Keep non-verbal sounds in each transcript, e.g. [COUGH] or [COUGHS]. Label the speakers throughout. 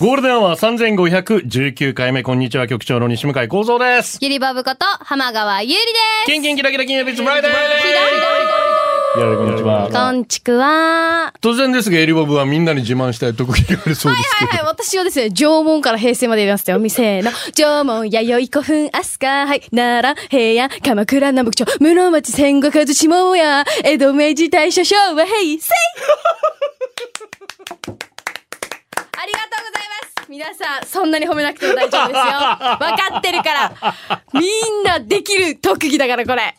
Speaker 1: ゴールデンは3519回目、こんにちは、局長の西向井幸三です。
Speaker 2: ゆりバブこと浜川ゆりで
Speaker 1: キンキンキラキラキンエビスブライデーよろしくこんにち
Speaker 2: す。
Speaker 1: は。
Speaker 2: こんちくわ。
Speaker 1: 突然ですが、エリボブはみんなに自慢したい特技があるそうです
Speaker 2: はい
Speaker 1: け
Speaker 2: はい、
Speaker 1: ど。
Speaker 2: 私はですね、縄文から平成までやりましたよ。店の、縄文、弥生、古墳、飛鳥、はい、奈良、平野、鎌倉、南北朝、室町、戦国、和下屋、江戸、明治、大正、昭和、平 [LAUGHS] 成。ありがとうございます。皆さん、そんなに褒めなくても大丈夫ですよ。わかってるから。みんなできる特技だから、これ。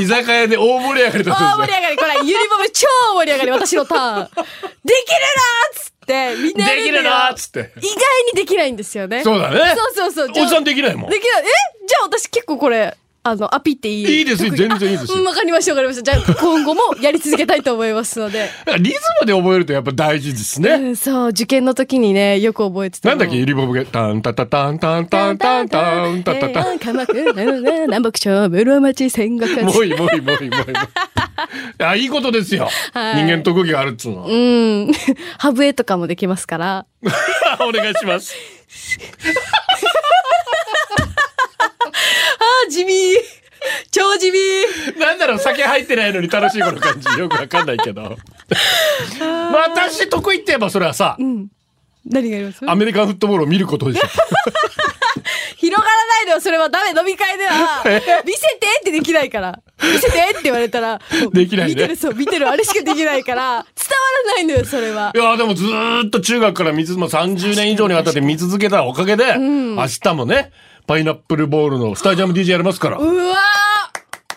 Speaker 1: 居酒屋で大盛り上がりだ
Speaker 2: 大
Speaker 1: そう
Speaker 2: 盛
Speaker 1: で
Speaker 2: り上がり、これ、ゆりぼぶ超盛り上がり、私のターン。できるなーっつって、みんな
Speaker 1: す。
Speaker 2: や
Speaker 1: で
Speaker 2: る
Speaker 1: き
Speaker 2: んだよ
Speaker 1: るなーっつって。
Speaker 2: 意外にできないんですよね。
Speaker 1: そうだね
Speaker 2: そうそうそう。
Speaker 1: おじさんできないもん
Speaker 2: できない。えじゃあ私結構これ、あの、アピっていい
Speaker 1: いいですよ全然いいですよ
Speaker 2: よ。わかりました、わかりました。じゃあ今後もやり続けたいと思いますので。
Speaker 1: なんかリズムで覚えるとやっぱ大事です
Speaker 2: う
Speaker 1: ね。
Speaker 2: ん、そう、受験の時にね、よく覚えてた
Speaker 1: な
Speaker 2: の。
Speaker 1: んだっけ、エリボブが、タンタタタンタンタ
Speaker 2: タ
Speaker 1: ンタン
Speaker 2: ンタン
Speaker 1: タ
Speaker 2: タ
Speaker 1: ン
Speaker 2: ン
Speaker 1: タンタンタン。
Speaker 2: 鎌倉南北朝室町戦国
Speaker 1: もういいもういいもういいもういい。あ、いいことですよ。
Speaker 2: はい
Speaker 1: 人間特技があるっつうのは。
Speaker 2: うん。 [LAUGHS] ハブエとかもできますから。
Speaker 1: お願いします。
Speaker 2: あー、地味超地味
Speaker 1: なんだろう、酒入ってないのに楽しいこの感じ。よくわかんないけど。
Speaker 2: [LAUGHS]
Speaker 1: まあ、私得意って言えばそれはさ、
Speaker 2: 何があります
Speaker 1: アメリカンフットボールを見ることで
Speaker 2: [LAUGHS]
Speaker 1: しょ。
Speaker 2: 広がらないのよ、それはダメ、飲み会
Speaker 1: [LAUGHS]
Speaker 2: では。見せてってできないから。見せてって言われたら、
Speaker 1: [LAUGHS] できないね
Speaker 2: 見てる、そう、見てる、あれしかできないから、伝わらないのよ、それは。
Speaker 1: いやーでもずーっと中学から見つ、もう30年以上にわたって見続けたおかげで、明日もね、パイナップルボールのスタジアム DJ やりますから、
Speaker 2: うわ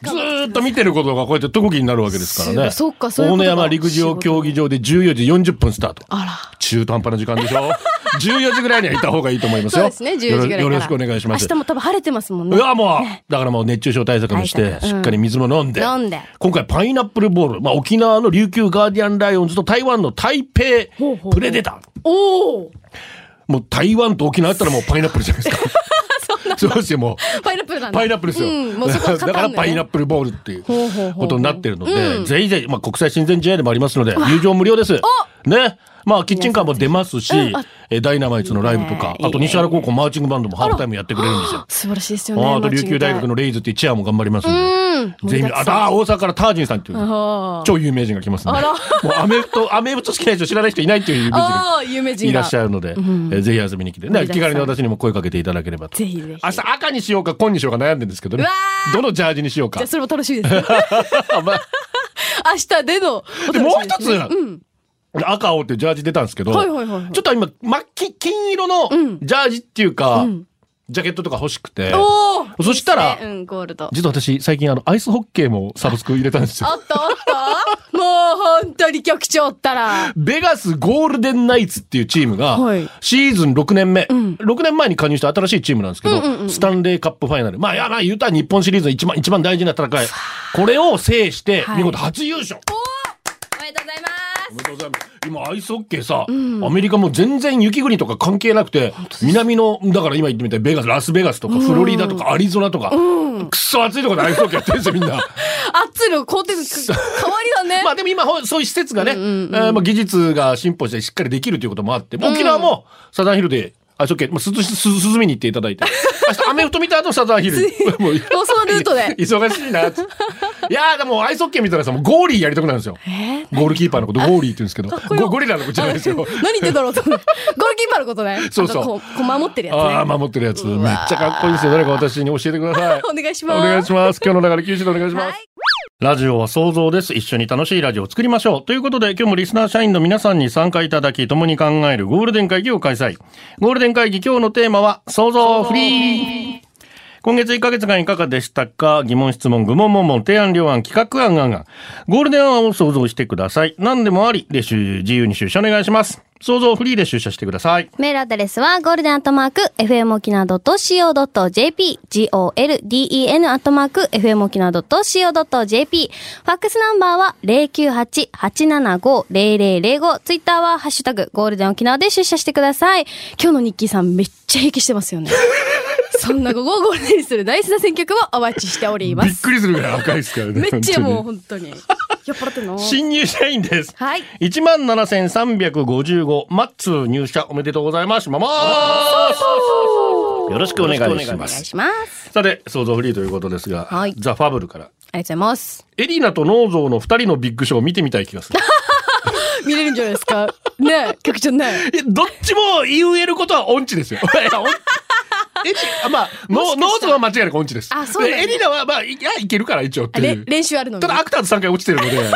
Speaker 1: ずーっと見てることがこうやって特技になるわけですからね。
Speaker 2: すごいそっかそういう
Speaker 1: 大
Speaker 2: こと
Speaker 1: 野
Speaker 2: か
Speaker 1: 山陸上競技場で14時40分スタート。
Speaker 2: あら。
Speaker 1: 中途半端な時間でしょ ?14 時ぐらいにはいた方がいいと思います
Speaker 2: そう
Speaker 1: よ。
Speaker 2: ですね、10時ぐらいから。
Speaker 1: よろしくお願いします
Speaker 2: 明日。も多分晴れてますもん
Speaker 1: い
Speaker 2: ね。
Speaker 1: や、もう、だからもう熱中症対策もし
Speaker 2: 対
Speaker 1: て、
Speaker 2: 策
Speaker 1: しっかり水も飲んで。
Speaker 2: 飲んで
Speaker 1: 今回パイナップルボール、まあ沖縄の琉球ガーディアンライオンズと台湾の台
Speaker 2: ほうほう
Speaker 1: 北
Speaker 2: ほう
Speaker 1: プレデター。
Speaker 2: おお
Speaker 1: もう台湾と沖縄あったらもうパイナップルじゃないです
Speaker 2: [LAUGHS]
Speaker 1: か。そうですよ、もう。
Speaker 2: パイナップルなんだ。
Speaker 1: パイナップルですよ。
Speaker 2: うん、もうそこ
Speaker 1: [LAUGHS]
Speaker 2: は
Speaker 1: だ
Speaker 2: 勝
Speaker 1: か
Speaker 2: た
Speaker 1: ら
Speaker 2: ん
Speaker 1: パ
Speaker 2: だ
Speaker 1: イナッ
Speaker 2: よね。
Speaker 1: プルボールっていう
Speaker 2: ほうほうほうほう
Speaker 1: ことになってるので、ぜひぜひ、まあ国際親善試合でもありますので、入場無料です。ね。まあキッチンカーも出ますし、えダイナマイツのライブとか、あと西原高校マーチングバンドもハーフタイムやってくれるんですよ。
Speaker 2: 素晴らしいですよね。
Speaker 1: ああと琉球大学のレイズっていうチェアも頑張りますんで。全員、あと、あ大阪からタージンさんっていう、
Speaker 2: あ
Speaker 1: 超有名人が来ますんで。
Speaker 2: あら
Speaker 1: もうアメフト、アメフト好きな人知らない人いないっていう有名人が
Speaker 2: あー、有名人が。
Speaker 1: いらっしゃるので、えーぜひ遊びに来て。ね
Speaker 2: 盛りだくさん
Speaker 1: 気軽に私にも声かけていただければと。
Speaker 2: ぜひぜひ。
Speaker 1: 明日赤にしようか紺にしようか悩んでるんですけどね
Speaker 2: うわ。ー
Speaker 1: どのジャージにしようか
Speaker 2: じゃあ。それも楽しみですね。
Speaker 1: [LAUGHS] まあ
Speaker 2: 明日でのお楽しみですね。
Speaker 1: でもう一つ、赤青ってジャージ出たんですけど、
Speaker 2: はいはいはいはい
Speaker 1: ちょっと今、ま、き金色のジャージっていうか、ジャケットとか欲しくて。
Speaker 2: おお
Speaker 1: そしたら
Speaker 2: ねうん、ゴールド。
Speaker 1: 実は私、最近あの、アイスホッケーもサブスク入れたんですよ
Speaker 2: あ。ったあ
Speaker 1: [LAUGHS]
Speaker 2: ったもう本当に局長ったら。
Speaker 1: ベガスゴールデンナイツっていうチームが
Speaker 2: はい、
Speaker 1: シーズン6年目、6年前に加入した新しいチームなんですけど、スタンレーカップファイナル。まあ、いや、まあ、言うたら日本シリーズの一番、一番大事な戦い。これを制して、
Speaker 2: はい
Speaker 1: 見事初優勝。
Speaker 2: おめでとうございま
Speaker 1: おめでとうございます。今、アイスホッケーさ、アメリカも全然雪国とか関係なくて、南の、だから今言ってみたい、ベガス、ラスベガスとか、フロリダとか、アリゾナとか、くっそ暑いとこでアイスホッケーやってるんですよ、みんな。
Speaker 2: す。あっつの工程の変わりはね。
Speaker 1: まあでも今ほそういう施設がね、えーまあ技術が進歩してしっかりできるということもあって、沖縄もサザンヒルで、あ、そうけ、まあ、すず、す、すずみに行っていただ
Speaker 2: [LAUGHS]
Speaker 1: いて。明日アメフト見た後サザンヒル。もう、
Speaker 2: もうそのルートで
Speaker 1: [LAUGHS] 忙しいなって。いやーでもアイスホッケー見たらさ、もうゴーリーやりたくなるんですよ。
Speaker 2: え
Speaker 1: ゴールキーパーのことゴーリーって言うんですけど、
Speaker 2: こよ
Speaker 1: ゴゴリラのことじゃないですよ。
Speaker 2: 何言ってんだろうと思って。ゴールキーパーのことね。
Speaker 1: そうそう
Speaker 2: あのこう、こう守ってるやつね。
Speaker 1: ああ、守ってるやつ。めっちゃかっこいいですよ。誰か私に教えてくだ
Speaker 2: [LAUGHS]
Speaker 1: さい。
Speaker 2: お願いしま
Speaker 1: お
Speaker 2: す
Speaker 1: 願いし
Speaker 2: [LAUGHS]
Speaker 1: ます。今日の流れ、九州でお願いします。
Speaker 2: はい
Speaker 1: ラジオは想像です。一緒に楽しいラジオを作りましょう。ということで、今日もリスナー社員の皆さんに参加いただき、共に考えるゴールデン会議を開催。ゴールデン会議、今日のテーマは、想像フリー。今月1ヶ月間いかがでしたか疑問、質問、愚問、問問、提案、両案、企画案、案案。ゴールデン案を想像してください。何でもありで、しゅ自由に出社お願いします。想像フリーで出社してください。
Speaker 3: メールアドレスは、ゴールデンアットマーク、fmokina.co.jp、golden アットマーク、fmokina.co.jp。ファックスナンバーは、098-875-0005。ツイッターは、ハッシュタグ、ゴールデン沖縄で出社してください。
Speaker 2: 今日のニッキーさんめっちゃ平気してますよ [LAUGHS] ね。そんな午後をゴールデンにする大事な選曲もお待ちしておりま
Speaker 1: びっ
Speaker 2: す。
Speaker 1: くりするぐらい赤いですからね。
Speaker 2: めっちゃもう
Speaker 1: 本
Speaker 2: 本当に。酔っ払ってんの
Speaker 1: 当に新入社員です。
Speaker 2: はい。
Speaker 1: 1万7355マッツー入社おめでとうございます。ままーすよろしくお願いしま
Speaker 2: お願い
Speaker 1: す。
Speaker 2: します。
Speaker 1: さて、想像フリーということですが、
Speaker 2: はい
Speaker 1: ザ・ファブルから。
Speaker 2: ありがとうございます。
Speaker 1: エリナとノーゾーの二人のビッグショーを見てみたい気がす
Speaker 2: [LAUGHS]
Speaker 1: る。
Speaker 2: 見れるんじゃないですか。ねえ、曲じゃない。
Speaker 1: いやどっちも言えることは音痴
Speaker 2: [LAUGHS]
Speaker 1: ですよ。いや音痴エリあまあ、ノノーゾーは間違いなく音痴です。
Speaker 2: あそうなんだ
Speaker 1: でエリナは、まあ、いや、いけるから一応って
Speaker 2: あ
Speaker 1: い
Speaker 2: れ
Speaker 1: う。
Speaker 2: 練習あるのに
Speaker 1: ただアクターズ3回落ちてるの
Speaker 2: [LAUGHS]
Speaker 1: で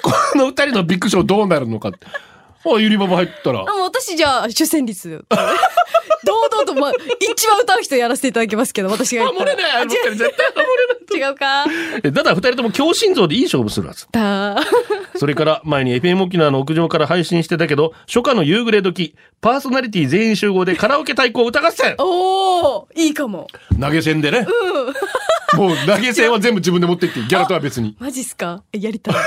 Speaker 1: この二人のビッグショーどうなるのかってあゆりばば入ったら
Speaker 2: あ、もう私じゃあ、出戦率。 [LAUGHS] 堂々と、まあ、一番歌う人やらせていただきますけど、私が言っ
Speaker 1: 守
Speaker 2: たら。
Speaker 1: れないあの二人絶対
Speaker 2: 違
Speaker 1: [LAUGHS]
Speaker 2: うか。
Speaker 1: 守れないだから二人とも強心臓でいい勝負するはず
Speaker 2: だー
Speaker 1: それから前に FM 沖縄の屋上から配信してたけど初夏の夕暮れ時パーソナリティ全員集合でカラオケ対抗歌合戦
Speaker 2: おー、いいかも。
Speaker 1: 投げ銭でね、もう投げ銭は全部自分で持ってっ
Speaker 2: [LAUGHS]
Speaker 1: てギャラとは別に
Speaker 2: マジっすかえやりたい。 [LAUGHS]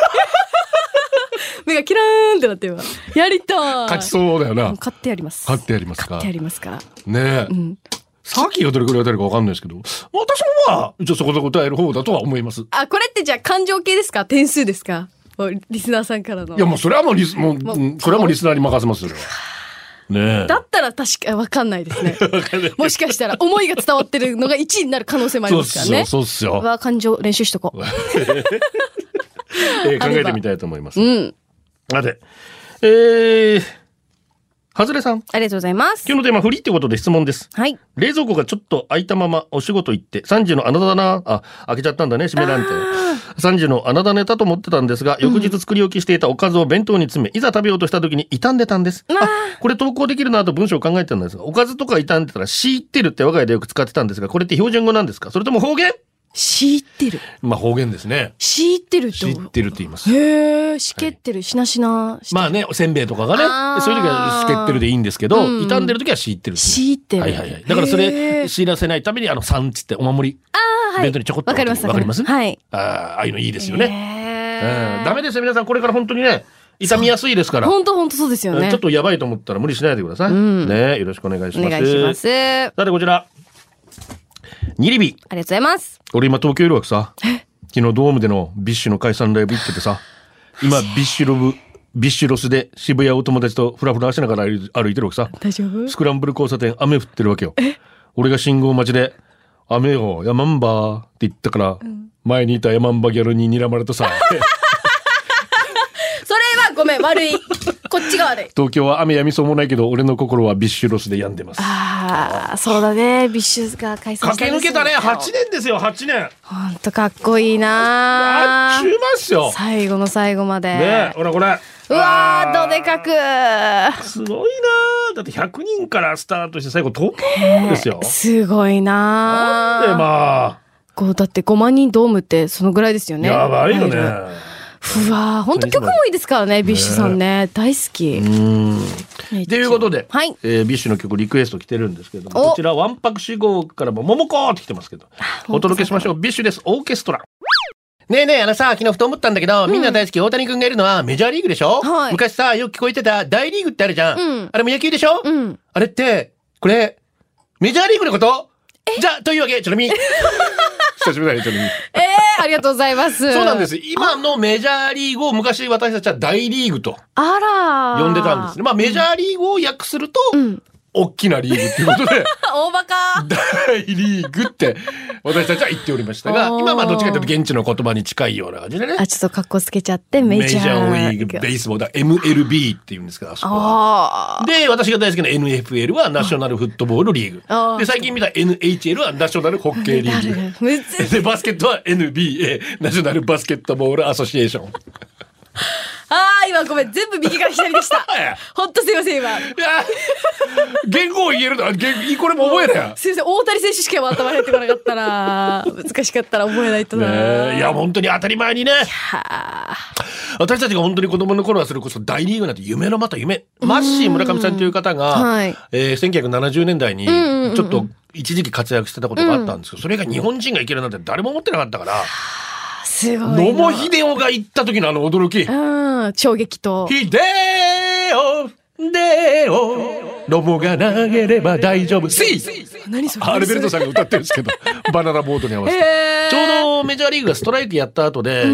Speaker 2: 目がキラーンってなって今。やりたい。
Speaker 1: 勝ちそうだよな
Speaker 2: もう買ってやります。
Speaker 1: 勝ってやりますか
Speaker 2: 買ってやりますから。
Speaker 1: ねえ、さっきがどれくらい当たるかわかんないですけど私もまあ一応そこそこ歌える方だとは思います
Speaker 2: あ、これってじゃあ感情系ですか点数ですかもうリスナーさんからの。
Speaker 1: いやもうそれはもうリスもう、
Speaker 2: もう
Speaker 1: うんそれはもうリスナーに任せますよそれはねえ
Speaker 2: だったら確か、わかんな
Speaker 1: [LAUGHS]
Speaker 2: いですね。もしかしたら思いが伝わってるのが1位になる可能性もあり
Speaker 1: そうっ
Speaker 2: ますから
Speaker 1: すよ
Speaker 2: ね。
Speaker 1: そうっすよ、
Speaker 2: わ、感情練習しとこう。
Speaker 1: えー考えてみたいと思います
Speaker 2: うん。
Speaker 1: さてえー、はずれさん
Speaker 3: ありがとうございます。
Speaker 1: 今日のテーマフリーってことで質問です
Speaker 3: はい。
Speaker 1: 冷蔵庫がちょっと開いたままお仕事行って3時の穴だなあ開けちゃったんだね閉めらんて3時の穴だねだと思ってたんですが翌日作り置きしていたおかずを弁当に詰め、いざ食べようとした時に傷んでたんです、あこれ投稿できるなと文章を考えてたんですがおかずとか傷んでたら「敷いてる」って我が家でよく使ってたんですがこれって標準語なんですかそれとも方言
Speaker 2: 敷いてる。
Speaker 1: まあ方言ですね
Speaker 2: 敷いてると。
Speaker 1: 敷いてるって言います
Speaker 2: へえ、しけってる、しなしな。
Speaker 1: まあねせんべいとかが
Speaker 2: あ
Speaker 1: ね
Speaker 2: ー
Speaker 1: そういう時は「敷けってる」でいいんですけど、
Speaker 2: うん
Speaker 1: 傷んでる時は「敷いてるって言う
Speaker 2: 敷いてる。
Speaker 1: はいはいはいだからそれ
Speaker 2: へー
Speaker 1: 知らせないためにあの「さん」つってお守り
Speaker 2: あーはい
Speaker 1: 弁当にちょこっと
Speaker 2: わかります
Speaker 1: わかります
Speaker 2: はい。
Speaker 1: あーああいうのいいですよね。
Speaker 2: ね
Speaker 1: うんダメですよ、皆さん。これから本当にね、痛みやすいですから。うん
Speaker 2: 本当本当そうですよね。
Speaker 1: ちょっとやばいと思ったら無理しないでください。
Speaker 2: ん
Speaker 1: ねよろしくお願いし
Speaker 3: お
Speaker 1: ます。
Speaker 3: 願いします。ありが
Speaker 1: さて、こちら。ニリビ。
Speaker 3: とうございます。
Speaker 1: 俺今東京いるわけさ。昨日ドームでのビッシュの解散ライブ行っててさ。今、ビッシュロブ、ビッシュロスで渋谷を友達とフラフラしながら歩い歩いてるわけさ。
Speaker 2: 大丈夫
Speaker 1: スクランブル交差点、雨降ってるわけよ。俺が信号待ちで、雨よ、ヤマンバーって言ったから、前にいたヤマンバギャルに睨まれた
Speaker 2: [LAUGHS]
Speaker 1: さ。
Speaker 2: それはごめん、悪い。こっちが悪い。
Speaker 1: 東京は雨やみそうもないけど、俺の心はビッシュロスで病んでます。
Speaker 2: [LAUGHS] ああ、そうだね。ビッシュズが解散した
Speaker 1: 駆け抜けたね、8年ですよ、8年。
Speaker 2: ほんとかっこいい
Speaker 1: あ
Speaker 2: な
Speaker 1: っちゅうまっすよ。
Speaker 2: 最後の最後まで。
Speaker 1: ねえ、ほらこれ。
Speaker 2: うわー、どでか
Speaker 1: く。
Speaker 2: く。
Speaker 1: すごいなだって100人からスタートして最後東京ですよ。
Speaker 2: すごい
Speaker 1: で、
Speaker 2: な
Speaker 1: まあ、
Speaker 2: こうだって5万人ドームってそのぐらいですよね。
Speaker 1: やばいよね。
Speaker 2: 入るうわー、ほんと曲もいいですからね、ビッシュさんね。大好き。
Speaker 1: うん。ということで、
Speaker 3: はい
Speaker 1: えービッシュの曲リクエスト来てるんですけども、
Speaker 2: お
Speaker 1: こちら、わんぱく4号からも、ももこーって来てますけど、お届けしましょう。ビッシュです、オーケストラ。ねえねえ、あのさ、昨日ふと思ったんだけど、みんな大好き大谷君がいるのはメジャーリーグでしょ、
Speaker 3: はい
Speaker 1: 昔さ、よく聞こえてた大リーグってあるじゃん。
Speaker 3: うん
Speaker 1: あれも野球でしょ、
Speaker 3: うん。
Speaker 1: あれって、これ、メジャーリーグのことじゃあ、というわけ、チョ [LAUGHS] ロミン。久しぶりだね、チョロミン。
Speaker 2: えー、ありがとうございます。
Speaker 1: [LAUGHS] そうなんで。す。今のメジャーリーグを昔私たちは大リーグと
Speaker 2: あらー。
Speaker 1: 呼んでたんですね。まあメジャーリーグを訳すると、
Speaker 2: ん
Speaker 1: 大きなリーグっていうことで、
Speaker 2: [LAUGHS]
Speaker 1: [LAUGHS]
Speaker 2: 大バカ。
Speaker 1: 大リーグって私たちは言っておりましたが、
Speaker 2: おー
Speaker 1: 今はまあどっちかというと現地の言葉に近いような感じでね。
Speaker 2: あ、ちょっと格好つけちゃって、メ
Speaker 1: メ
Speaker 2: ジ
Speaker 1: ジ
Speaker 2: ャ
Speaker 1: ャーリ
Speaker 2: ー。
Speaker 1: ーグ、ベースボールだ、MLB っていうんですけど、あそこは。
Speaker 2: ああ。
Speaker 1: で、私が大好きな NFL はナショナルフットボールリー
Speaker 2: あ
Speaker 1: グ。
Speaker 2: ー
Speaker 1: で、最近見た NHL はナショナルホッケーリーグ。
Speaker 2: むずい
Speaker 1: で、バスケットは NBA、ナショナルバスケットボールアソシエーション。
Speaker 2: ああ、今ごめん。全部右から左でした
Speaker 1: [LAUGHS] 。ええ
Speaker 2: ほんとすいません、今。
Speaker 1: いや現元号 [LAUGHS] 言えるのあげこれも覚えな
Speaker 4: [LAUGHS]
Speaker 1: よ。
Speaker 4: 先生大谷選手しか頭に入ってこなかったな難しかったら覚えないとな、
Speaker 1: ねえいや本当に当たり前にね私たちが本当に子供の頃はそれこそ大リーグなんて夢のまた夢マッシー村上さんという方が、
Speaker 4: はい
Speaker 1: えー1970年代にち
Speaker 4: んうんうん
Speaker 1: ょっと一時期活躍してたことがあったんですけど、それが日本人がいけるなんて誰も思ってなかったから
Speaker 4: すごいな
Speaker 1: 野茂英雄が行った時のあの驚き
Speaker 4: うん衝撃と
Speaker 1: 秀夫でよロモが投げれば大丈夫。シー
Speaker 4: 何それ
Speaker 1: アルベルトさんが歌ってるん
Speaker 4: [LAUGHS]
Speaker 1: ですけど、バナナボートに合わせて。
Speaker 4: えー
Speaker 1: [LAUGHS] ちょうどメジャーリーグがストライキやった後で、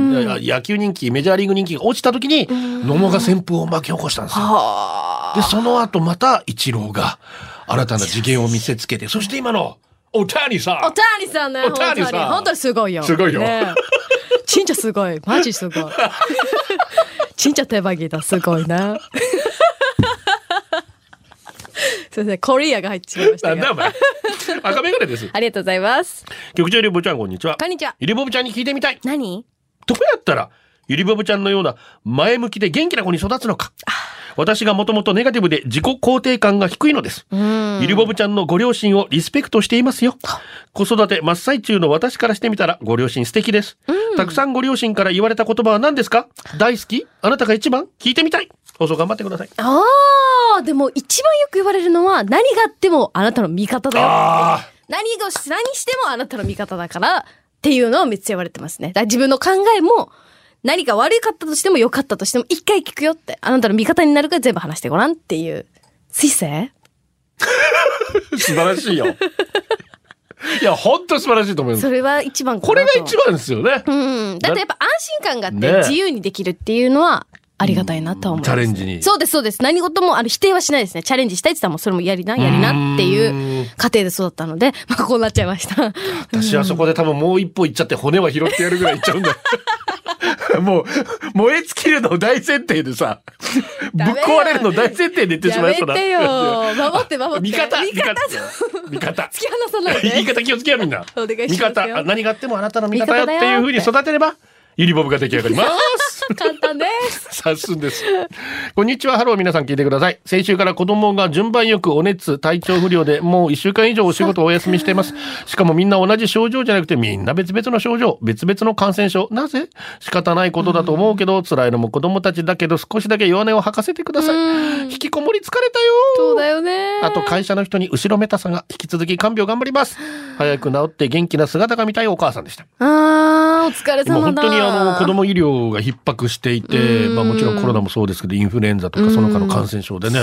Speaker 1: や野球人気、メジャーリーグ人気が落ちた時に、野茂が旋風を巻き起こしたんですよ。
Speaker 4: はあ
Speaker 1: で、その後また一郎が新たな次元を見せつけて、そして今の、お谷さん。
Speaker 4: おたにさんね
Speaker 1: お
Speaker 4: 本当
Speaker 1: 谷
Speaker 4: に
Speaker 1: さん
Speaker 4: 本当にすごいよ
Speaker 1: すごいよ
Speaker 4: ねえちんちゃすごいマジすごいちんちゃ手羽ぎだすごいなすいませんコリアが入ってしまいました
Speaker 1: なんだ
Speaker 4: が
Speaker 1: お
Speaker 4: [LAUGHS]
Speaker 1: 前。赤メガネです。
Speaker 4: ありがとうございます
Speaker 1: 局長ゆりぼぶちゃん、こんにちは。
Speaker 4: こんにちは
Speaker 1: ゆりぼぶちゃんに聞いてみたい。
Speaker 2: 何
Speaker 1: どうやったら、ゆりぼぶちゃんのような前向きで元気な子に育つのか。私がもともとネガティブで自己肯定感が低いのです。ゆりぼぶちゃんのご両親をリスペクトしていますよ。子育て真っ最中の私からしてみたらご両親素敵です。たくさんご両親から言われた言葉は何ですか大好きあなたが一番聞いてみたい放送頑張ってください。
Speaker 2: ああ、でも一番よく言われるのは、何があってもあなたの味方だよ。
Speaker 1: あ
Speaker 2: 何がし、何してもあなたの味方だから、っていうのをめっちゃ言われてますね。だから自分の考えも、何か悪かったとしても良かったとしても、一回聞くよって、あなたの味方になるから全部話してごらんっていう。水星
Speaker 1: あ、素晴らしい [LAUGHS] よ。いや、ほんと素晴らしいと思いま
Speaker 2: そ
Speaker 1: す。
Speaker 2: れは一番かなと
Speaker 1: これが一番ですよね。
Speaker 2: うん。だってやっぱ安心感があっ
Speaker 1: ね
Speaker 2: て、自由にできるっていうのは、ありがたいなとは思います、
Speaker 1: チャレンジに
Speaker 2: そうです、そうです。何事も、あの、否定はしないですね。チャレンジしたいって言ったら、もうそれもやりな、やりなっていう過程で育ったので、 [LAUGHS] まあ、こうなっちゃいました。
Speaker 1: 私はそこで多分もう一歩行っちゃって骨は拾ってやるぐらい行っちゃうん
Speaker 4: [LAUGHS]
Speaker 1: だよもう燃え尽きるの大前提でさぶっ
Speaker 4: ダメよ
Speaker 1: 壊れるの大前提で言ってし
Speaker 4: や
Speaker 1: まい
Speaker 4: め
Speaker 1: そうな
Speaker 4: てよ守って守って
Speaker 1: 味方
Speaker 4: 味
Speaker 1: 味
Speaker 4: 方
Speaker 1: 方
Speaker 4: [LAUGHS]
Speaker 1: 味方
Speaker 4: 突き放さないで
Speaker 1: 言い方気をつけよみんな
Speaker 4: お願いしますよ
Speaker 1: 味方あ何があってもあなたの味方よっ
Speaker 2: 味
Speaker 1: て
Speaker 2: 方だよ
Speaker 1: いう風に育てればユニボブが出来上がります
Speaker 4: [LAUGHS] 簡単です
Speaker 1: [LAUGHS] さすんですこんにちはハロー皆さん聞いてください先週から子供が順番よくお熱体調不良でもう1週間以上お仕事をお休みしていますしかもみんな同じ症状じゃなくてみんな別々の症状別々の感染症なぜ仕方ないことだと思うけど辛いのも子供たちだけど少しだけ弱音を吐かせてください引きこもり疲れたよ
Speaker 4: そうだよね
Speaker 1: あと会社の人に後ろめたさが引き続き看病頑張ります早く治って元気な姿が見たいお母さんでした
Speaker 4: あーお疲れ
Speaker 1: 今
Speaker 4: 様だ
Speaker 1: 本当にあの子供医療が逼迫していて、まあもちろんコロナもそうですけど、インフルエンザとかその他の感染症でね、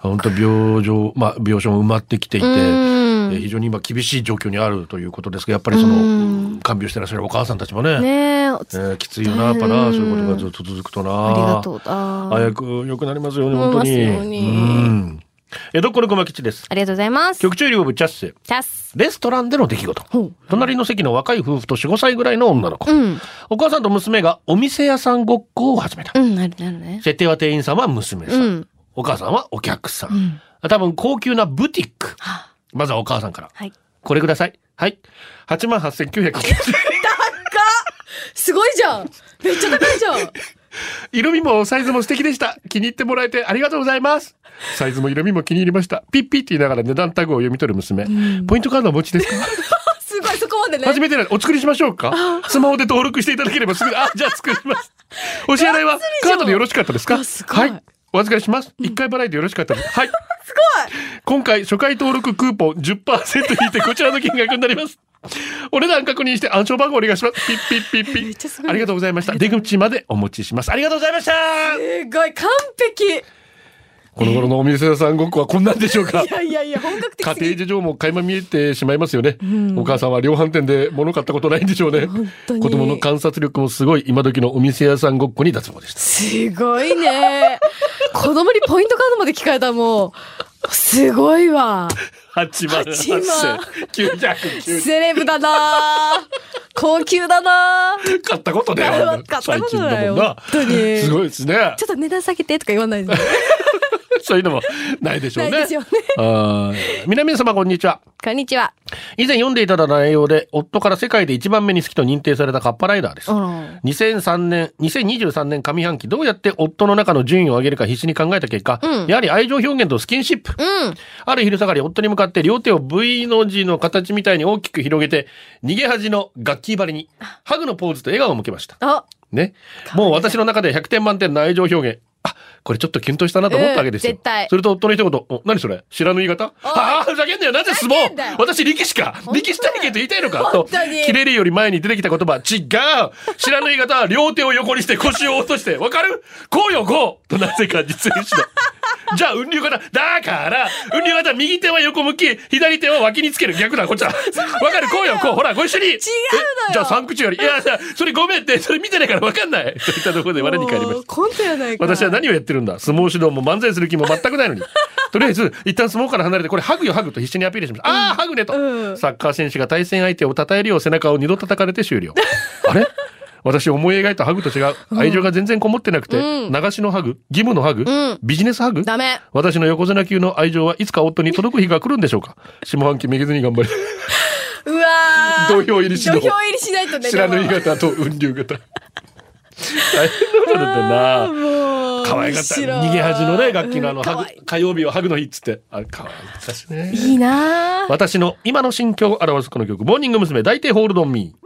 Speaker 1: 本当病状、まあ病床も埋まってきていて、えー非常に今厳しい状況にあるということですが、やっぱりその、看病してらっしゃるお母さんたちもね、
Speaker 2: ねえ、お
Speaker 1: え
Speaker 2: つ
Speaker 1: ーきついよな、やっぱな、そういうことがずっと続くとな。
Speaker 2: ありがとうだ。
Speaker 1: 早く良くなりますように、本当に。
Speaker 2: 思いますように
Speaker 1: うん。江戸っ子の小吉です。
Speaker 2: ありがとうございます。チ
Speaker 1: 局長よりもぶっちゃっせ。
Speaker 2: ャス。
Speaker 1: レストランでの出来事。隣の席の若い夫婦と4、5歳ぐらいの女の子。
Speaker 2: うん。
Speaker 1: お母さんと娘がお店屋さんごっこを始めた。
Speaker 2: うん、なるなるね。
Speaker 1: 設定は店員さんは娘さん。
Speaker 2: うん。
Speaker 1: お母さんはお客さん。多分高級なブティック。まずはお母さんから。
Speaker 2: はい
Speaker 1: これください。はい。88,990
Speaker 4: すごいじゃんめっちゃ高いじゃん
Speaker 1: 色味もサイズも素敵でした。気に入ってもらえてありがとうございます。サイズも色味も気に入りました。ピッピッって言いながら値段タグを読み取る娘。ポイントカードお持ちですか
Speaker 4: [LAUGHS] すごいそこまでね
Speaker 1: 初めてなんでお作りしましょうかスマホで登録していただければすぐ、
Speaker 4: [LAUGHS]
Speaker 1: あ、じゃあ作ります。お支払いはカードでよろしかったですか
Speaker 4: あすごい
Speaker 1: はい。お預かりします。一回払いでよろしかったです。
Speaker 4: [LAUGHS]
Speaker 1: はい。すごい今回、初回登録クーポン10%引いてこちらの金額になります。お値段確認して暗証番号お願いします。ピッピッピッピ
Speaker 4: めっちゃすごい
Speaker 1: ッ。ありがとうございました。出口までお持ちします。ありがとうございました
Speaker 4: すごい完璧
Speaker 1: この頃のお店屋さんごっこはこんなんでしょうか
Speaker 4: いやいやいや本格的
Speaker 1: 家
Speaker 4: すぎ
Speaker 1: 庭事情も垣間見えてしまいますよね、お母さんは量販店で物買ったことないんでしょうね
Speaker 4: 当に
Speaker 1: 子供の観察力もすごい今時のお店屋さんごっこに脱帽でした
Speaker 4: すごいね子供にポイントカードまで聞かれたもうすごいわ
Speaker 1: 8万8990
Speaker 4: セレブだな高級だな
Speaker 1: 買ったことね
Speaker 4: 買ったことないよ
Speaker 1: 最近だもんな
Speaker 4: 本当に
Speaker 1: すごいですね
Speaker 4: ちょっと値段下げてとか言わないで
Speaker 1: そういうのもないでしょうね。
Speaker 2: ないですよね
Speaker 1: あー南様、こんにちは。
Speaker 2: こんにちは。
Speaker 1: 以前読んでいただいた内容で、夫から世界で一番目に好きと認定されたカッパライダーです。
Speaker 2: あ
Speaker 1: 2003年、2023年上半期、どうやって夫の中の順位を上げるか必死に考えた結果、
Speaker 2: うん
Speaker 1: やはり愛情表現とスキンシップ。
Speaker 2: ら。うん。
Speaker 1: ある昼下がり、夫に向かって両手を V の字の形みたいに大きく広げて、逃げ恥の楽器張りに、ハグのポーズと笑顔を向けました。
Speaker 2: あ、
Speaker 1: ね。もう私の中で100点満点の愛情表現。あ、これちょっとキュンとしたなと思ったわけですよ。
Speaker 2: うん絶対
Speaker 1: それと夫の一言、お、何それ知らぬ言い方ああ、ふざけんなよなぜ相
Speaker 2: ふざけんなよ
Speaker 1: 撲私力士か力士体験と言いたいのかと
Speaker 2: 本当に、
Speaker 1: 切れるより前に出てきた言葉、違う知らぬ言い方は両手を横にして腰を落として、わかるこうよ、こうとなぜか実演した。じゃあ、運流型。だから、運流型、右手は横向き、左手は脇につける。逆だ、こっちだ。わかるこうよ、こう。ほら、ご一緒に。違う
Speaker 2: のよ
Speaker 1: じゃあ、サンクチュアリ。いや、それごめんって、それ見てないからわかんない。といったところで我に返りま
Speaker 2: も
Speaker 1: し
Speaker 2: う
Speaker 1: た。
Speaker 2: コントやないか。
Speaker 1: 私は何をやってるんだ相撲指導も漫才する気も全く
Speaker 2: [LAUGHS]
Speaker 1: ないのに。とりあえず、一旦相撲から離れて、これ、ハグよ、ハグと必死にアピールしました。ああ、ハグねと、
Speaker 2: うん
Speaker 1: サッカー選手が対戦相手を称えるよう背中を二度叩かれて終
Speaker 2: [LAUGHS]
Speaker 1: 了。あれ私思い描いたハグと違う。愛情が全然こもってなくて、
Speaker 2: うん
Speaker 1: 流しのハグ、義務のハグ、
Speaker 2: ん
Speaker 1: ビジネスハグ
Speaker 2: ダメ。
Speaker 1: 私の横綱級の愛情はいつか夫に届く日が来るんでしょう
Speaker 2: [LAUGHS]
Speaker 1: か下半期めげずに頑張り。
Speaker 2: うわー。
Speaker 1: 土俵入りしろ
Speaker 2: 土俵入りしないとね。
Speaker 1: 知らぬ
Speaker 2: で
Speaker 1: 言い
Speaker 2: も
Speaker 1: 方と雲流型。大変なことだったな。
Speaker 2: もう
Speaker 1: 可愛かった。逃げ恥のね、楽器のあの、ハグ火曜日はハグの日っつって。あれ、可愛かったしね。
Speaker 2: いいなー
Speaker 1: 私の今の心境を表すこの曲、モーニング娘。大抵ホールドオンミー。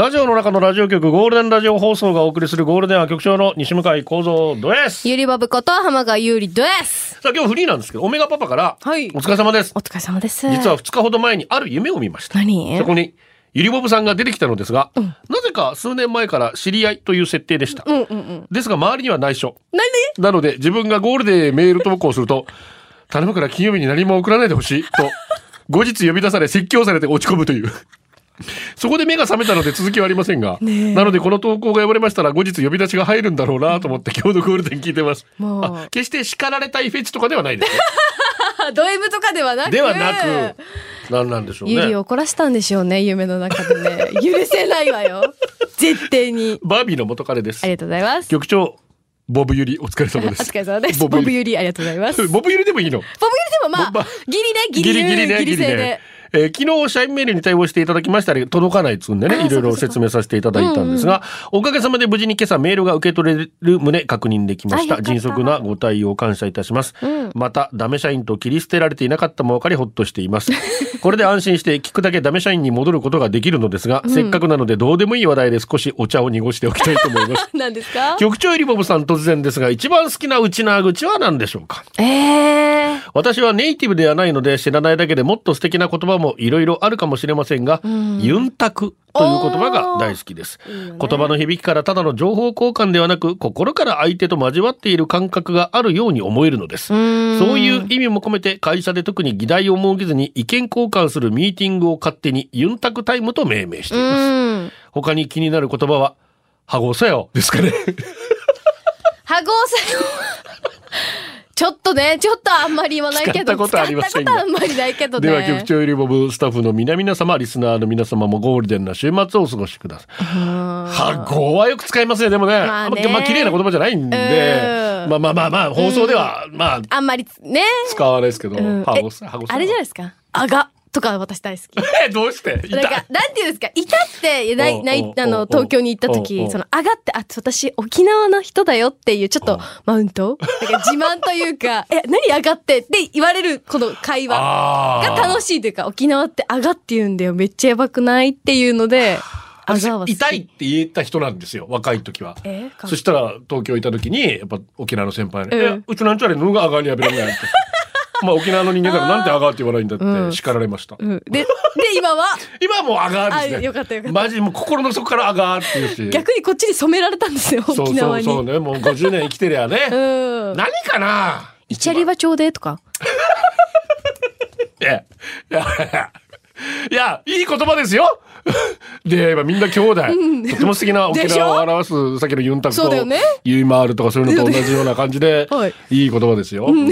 Speaker 1: ラジオの中のラジオ局、ゴールデンラジオ放送がお送りするゴールデンは局長の西向井幸三です。
Speaker 2: ゆりばぶこと浜川ゆりです。
Speaker 1: さあ、今日フリーなんですけど、オメガパパから、
Speaker 2: はい
Speaker 1: お疲れ様です
Speaker 2: お。疲れ様です。
Speaker 1: 実は2日ほど前にある夢を見ました。
Speaker 2: 何
Speaker 1: そこに、ゆりぼぶさんが出てきたのですが、なぜか数年前から知り合いという設定でした。
Speaker 2: うんうんうん。
Speaker 1: ですが、周りには内緒。
Speaker 2: 何
Speaker 1: なので、自分がゴールデンへメール投稿すると、頼むから金曜日に何も送らないでほしい、と、後日呼び出され説教されて落ち込むという。そこで目が覚めたので続きはありませんが、なのでこの投稿が読まれましたら後日呼び出しが入るんだろうなと思って今日のゴールデン聞いてます。
Speaker 2: もう
Speaker 1: あ決して叱られたいフェチとかではない
Speaker 2: [LAUGHS]
Speaker 1: ですね。
Speaker 2: あ、ド M とかではなく。
Speaker 1: ではなく、なんなんでしょうね。
Speaker 2: ゆりを怒らしたんでしょうね、夢の中で
Speaker 1: [LAUGHS]
Speaker 2: ね。許せないわよ。絶対に。
Speaker 1: バービーの元彼です
Speaker 2: あ。りがとうございます。
Speaker 1: 局長、ボブユリ、お疲れ様で
Speaker 2: [LAUGHS] お
Speaker 1: す。
Speaker 2: 疲れ様です。
Speaker 1: ボブ
Speaker 2: ボ
Speaker 1: ユリ
Speaker 2: ブゆり、ありがとうございます。
Speaker 1: [LAUGHS]
Speaker 2: ボブゆり
Speaker 1: ボブユリでもいいの。
Speaker 2: でもま
Speaker 1: ボ
Speaker 2: あ
Speaker 1: ブ、
Speaker 2: ギリね、ギリね、
Speaker 1: ね、
Speaker 2: ギ
Speaker 1: ね
Speaker 2: リ制で。
Speaker 1: えー昨日、社員メールに対応していただきましたら、届かないっつうんで
Speaker 2: あ
Speaker 1: ね、
Speaker 2: ー
Speaker 1: いろい
Speaker 2: そ
Speaker 1: ろ
Speaker 2: うかそうか
Speaker 1: 説明させていただいたんですが、おかげさまで無事に今朝メールが受け取れる旨確認できまし
Speaker 2: あよ
Speaker 1: た。
Speaker 2: かった
Speaker 1: 迅速なご対応感謝いたします。また、ダメ社員と切り捨てられていなかったも分かりほっとしています。 [LAUGHS] これで安心して聞くだけダメ社員に戻ることができるのですが、せっかくなのでどうでもいい話題で少しお茶を濁しておきたいと思います。 [LAUGHS]
Speaker 2: なんですか
Speaker 1: 局長よりボブさん突然ですが、一番好きなうちな口は何でしょうか
Speaker 2: ええー。
Speaker 1: 私はネイティブではないので知らないだけでもっと素敵な言葉もいろいろあるかもしれませんが、ユンタクという言葉が大好きです。言葉の響きからただの情報交換ではなく、心から相手と交わっている感覚があるように思えるのです。そういう意味も込めて会社で特に議題を設けずに意見交換するミーティングを勝手にユンタクタイムと命名しています。
Speaker 2: うん。
Speaker 1: 他に気になる言葉は、はごさよですかね。
Speaker 2: 羽合さん。 [LAUGHS] ちょっとね、ちょっとあんまり言わない
Speaker 1: 使
Speaker 2: けど。
Speaker 1: ったことありませんが
Speaker 2: 使ったことあんまりないけどね。
Speaker 1: では局長よりボブスタッフの皆々様リスナーの皆様もゴールデンな週末をお過ごしください。はごはよく使いますねでもね。
Speaker 2: まあね
Speaker 1: まあ綺麗な言葉じゃないんで
Speaker 2: うん
Speaker 1: まあまあまあまあ放送ではまあ
Speaker 2: あんまりね。
Speaker 1: 使わないですけど、
Speaker 2: うん
Speaker 1: はご
Speaker 2: え
Speaker 1: さはごさ
Speaker 2: あれじゃないですか。あがとか私大好き。
Speaker 1: えどうしてい
Speaker 2: なんか
Speaker 1: た、
Speaker 2: なんていうんですか、いたって、な
Speaker 1: おう
Speaker 2: い、な
Speaker 1: おう
Speaker 2: い、あ
Speaker 1: おうお
Speaker 2: の、
Speaker 1: う
Speaker 2: 東京に行った
Speaker 1: おうお
Speaker 2: 時
Speaker 1: う、
Speaker 2: その、上がって、あ、私、沖縄の人だよっていう、ちょっと、マウントなんか自慢というか、
Speaker 1: [LAUGHS]
Speaker 2: え、何上がってって言われる、この会話
Speaker 1: あ
Speaker 2: が楽しいというか、沖縄って上がって言うんだよ、めっちゃやばくないっていうので、あ
Speaker 1: 私
Speaker 2: ざは好き
Speaker 1: 痛いって言えた人なんですよ若い時は。
Speaker 2: えか
Speaker 1: そしたら東京行った時にやっぱ沖縄の先輩に「
Speaker 2: うん
Speaker 1: えうちなんちゃらぬがあがりやべらんない」って
Speaker 2: [LAUGHS]
Speaker 1: まあ沖縄の人間だからなんてあがって言わないんだって叱られました。
Speaker 2: うん。で、で、今は、
Speaker 1: 今はもうあがーです
Speaker 2: あ
Speaker 1: ね。
Speaker 2: よかったよかった
Speaker 1: マジもう心の底からあがーっていうし。
Speaker 2: 逆にこっちに染められたんですよ、
Speaker 1: そう
Speaker 2: 沖縄に。
Speaker 1: そうそうね。もう50年生きてりゃね。
Speaker 2: うん。
Speaker 1: 何かな
Speaker 2: イチャリバ町でとか。
Speaker 1: いや、いや、いやいや、いい言葉ですよで、今みんな兄弟。とても素敵な沖
Speaker 2: でしょ
Speaker 1: 縄を表す、さっきのユンタク
Speaker 2: そ
Speaker 1: と
Speaker 2: うだよね、、
Speaker 1: ユイマールとかそういうのと同じような感じで
Speaker 2: はい
Speaker 1: いい言葉ですよ。うん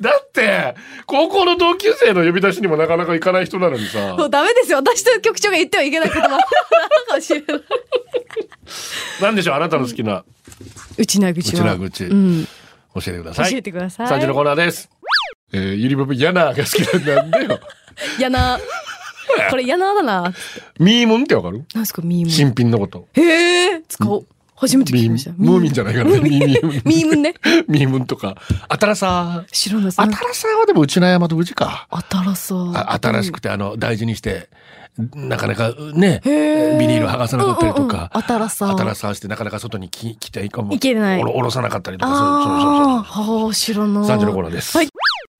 Speaker 1: だって、高校の同級生の呼び出しにもなかなか行かない人なのにさ。
Speaker 2: もうダメですよ。私と局長 [LAUGHS] が言ってはいけない言葉。かもしれない。
Speaker 1: なんでしょうあなたの好きな
Speaker 2: うちなぐ
Speaker 1: う
Speaker 2: ち
Speaker 1: ち
Speaker 2: は
Speaker 1: ら。口、
Speaker 2: うん。
Speaker 1: 教えてくだ
Speaker 2: 教
Speaker 1: さい。
Speaker 2: えてください。
Speaker 1: 最初のコーナーです。えー、ゆりぼぶヤナーが好きなんだよ。 [LAUGHS]
Speaker 2: やな。これやなだな。
Speaker 1: ミームンってわかる
Speaker 2: なんすか、ミーム
Speaker 1: 新品のこと。
Speaker 2: ン。へえ、使おう。初めて聞
Speaker 1: ミ
Speaker 2: き
Speaker 1: ー
Speaker 2: ました。
Speaker 1: ム、ムーミンじゃないからね。ミーミームン。
Speaker 2: ミームンね。
Speaker 1: ミームンとか。あたらさー。
Speaker 2: 白のさ
Speaker 1: あ。たらさーはでもうちなやまとうちか。
Speaker 2: あたらさ。
Speaker 1: あ新しくて、あの、大事にして、なかなかね、ビ
Speaker 2: へー
Speaker 1: ニール剥がさなかったりと
Speaker 2: うんうんうん
Speaker 1: か。
Speaker 2: あたらさ
Speaker 1: あたらさーして、なかなか外にき来ていかも。
Speaker 2: いけない
Speaker 1: おろおろさなかったりとか。そうそうそうそう。
Speaker 2: ああ、はあ、白の。
Speaker 1: 三時のコーナーです。
Speaker 2: はい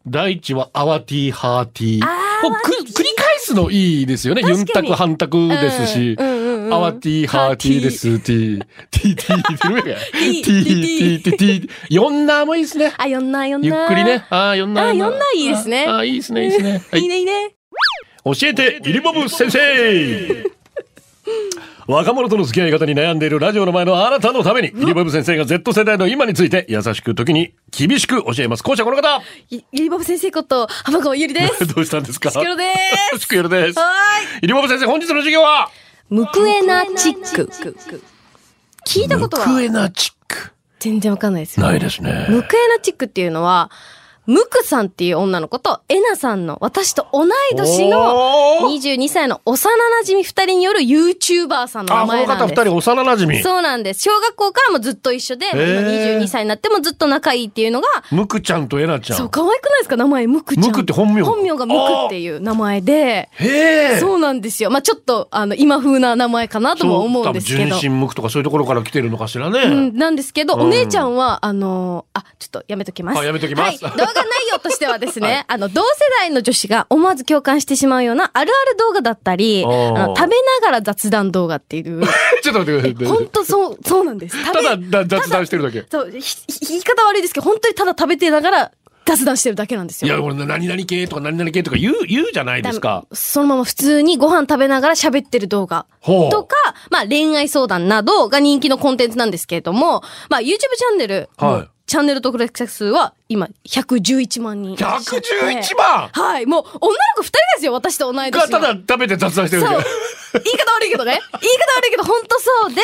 Speaker 1: 第一は、アワティー、ハーティー。
Speaker 2: あー
Speaker 1: こうく繰り返すのいいですよね。ユ
Speaker 2: 確
Speaker 1: ン
Speaker 2: か
Speaker 1: タ
Speaker 2: に
Speaker 1: ク、ハンタクですし。
Speaker 2: うんうんうん
Speaker 1: アワティー、ハーティーです。ティー、ティー、ティー、ティー、ティー、ティー、ティー、ティー、ティー、四ナーもいいですね。
Speaker 2: あ、よんな、よんな。
Speaker 1: ゆっくりね。。ああ、四ナー。
Speaker 2: あ四ナーいいですね
Speaker 1: ああ、いいですね、いいです
Speaker 2: [LAUGHS]
Speaker 1: ね。はい
Speaker 2: いいね、いいね。
Speaker 1: 教えてイリボブ先生若者との付き合い方に悩んでいるラジオの前のあなたのために、イリボブ先生が Z 世代の今について優しく時に厳しく教えます。校舎この方
Speaker 2: ゆゆりぼぶ先生こと、浜川ゆりです。
Speaker 1: [LAUGHS] どうしたんですか
Speaker 2: しくろでー
Speaker 1: シクヨロです
Speaker 2: す。はーい。
Speaker 1: イリボブ先生、本日の授業は
Speaker 2: ムクエナチック。聞いたことは
Speaker 1: エナチック。
Speaker 2: 全然わかんないですよ。
Speaker 1: ないですね。
Speaker 2: ムクエナチックっていうのは、ムクさんっていう女の子とエナさんの私と同い年の
Speaker 1: おー
Speaker 2: 22歳の幼馴染み2人による YouTuber さんの
Speaker 1: あ、
Speaker 2: 名
Speaker 1: この
Speaker 2: 前な
Speaker 1: 方
Speaker 2: ん
Speaker 1: 二
Speaker 2: です。
Speaker 1: 人幼馴染み。
Speaker 2: そうなんです。小学校からもずっと一緒で、今
Speaker 1: へー
Speaker 2: 22歳になってもずっと仲いいっていうのが、
Speaker 1: ムクちゃんとエナちゃ。
Speaker 2: そうん可愛くないですか名前ムクちゃん。
Speaker 1: ムクって本名
Speaker 2: 本名がムクっていう名前で、
Speaker 1: へえ。
Speaker 2: そうなんですよ。まあちょっとあの今風な名前かなとも思うんですけ
Speaker 1: そう多分。
Speaker 2: ど
Speaker 1: 純真ムクとかそういうところから来てるのかしらね。
Speaker 2: うん、なんですけど、
Speaker 1: うん
Speaker 2: お姉ちゃんは、あのーあ、ちょっとやめときます。
Speaker 1: あやめときます
Speaker 2: はい、動画内容としてはですね、あの、同世代の女子が思わず共感してしまうようなあるある動画だったり、あ
Speaker 1: あー
Speaker 2: の食べながら雑談動画っていう、
Speaker 1: ちょっと待ってくださ
Speaker 2: 本
Speaker 1: い。
Speaker 2: 当そう、そうなんです。食べ
Speaker 1: ただ雑談してるだけ。
Speaker 2: そうひひ言い方悪いですけど、本当にただ食べてながら雑談してるだけなんです
Speaker 1: いや、
Speaker 2: よ。
Speaker 1: 俺、何々系とか何々系とか言う、言うじゃないですか。
Speaker 2: そのまま普通にご飯食べながら喋ってる動画
Speaker 1: ほう
Speaker 2: とか、まあ恋愛相談などが人気のコンテンツなんですけれども、まあ YouTube チャンネルの、
Speaker 1: はい
Speaker 2: チャンネル登録者数は今111万人。
Speaker 1: 111万
Speaker 2: はい、もう女の子2人ですよ、私と同い年の
Speaker 1: がただ食べて雑談して
Speaker 2: そう。
Speaker 1: る
Speaker 2: 言
Speaker 1: だ
Speaker 2: い
Speaker 1: け
Speaker 2: 方。悪いけ
Speaker 1: [LAUGHS]
Speaker 2: どね。言い方悪いけど、ほんとそうで、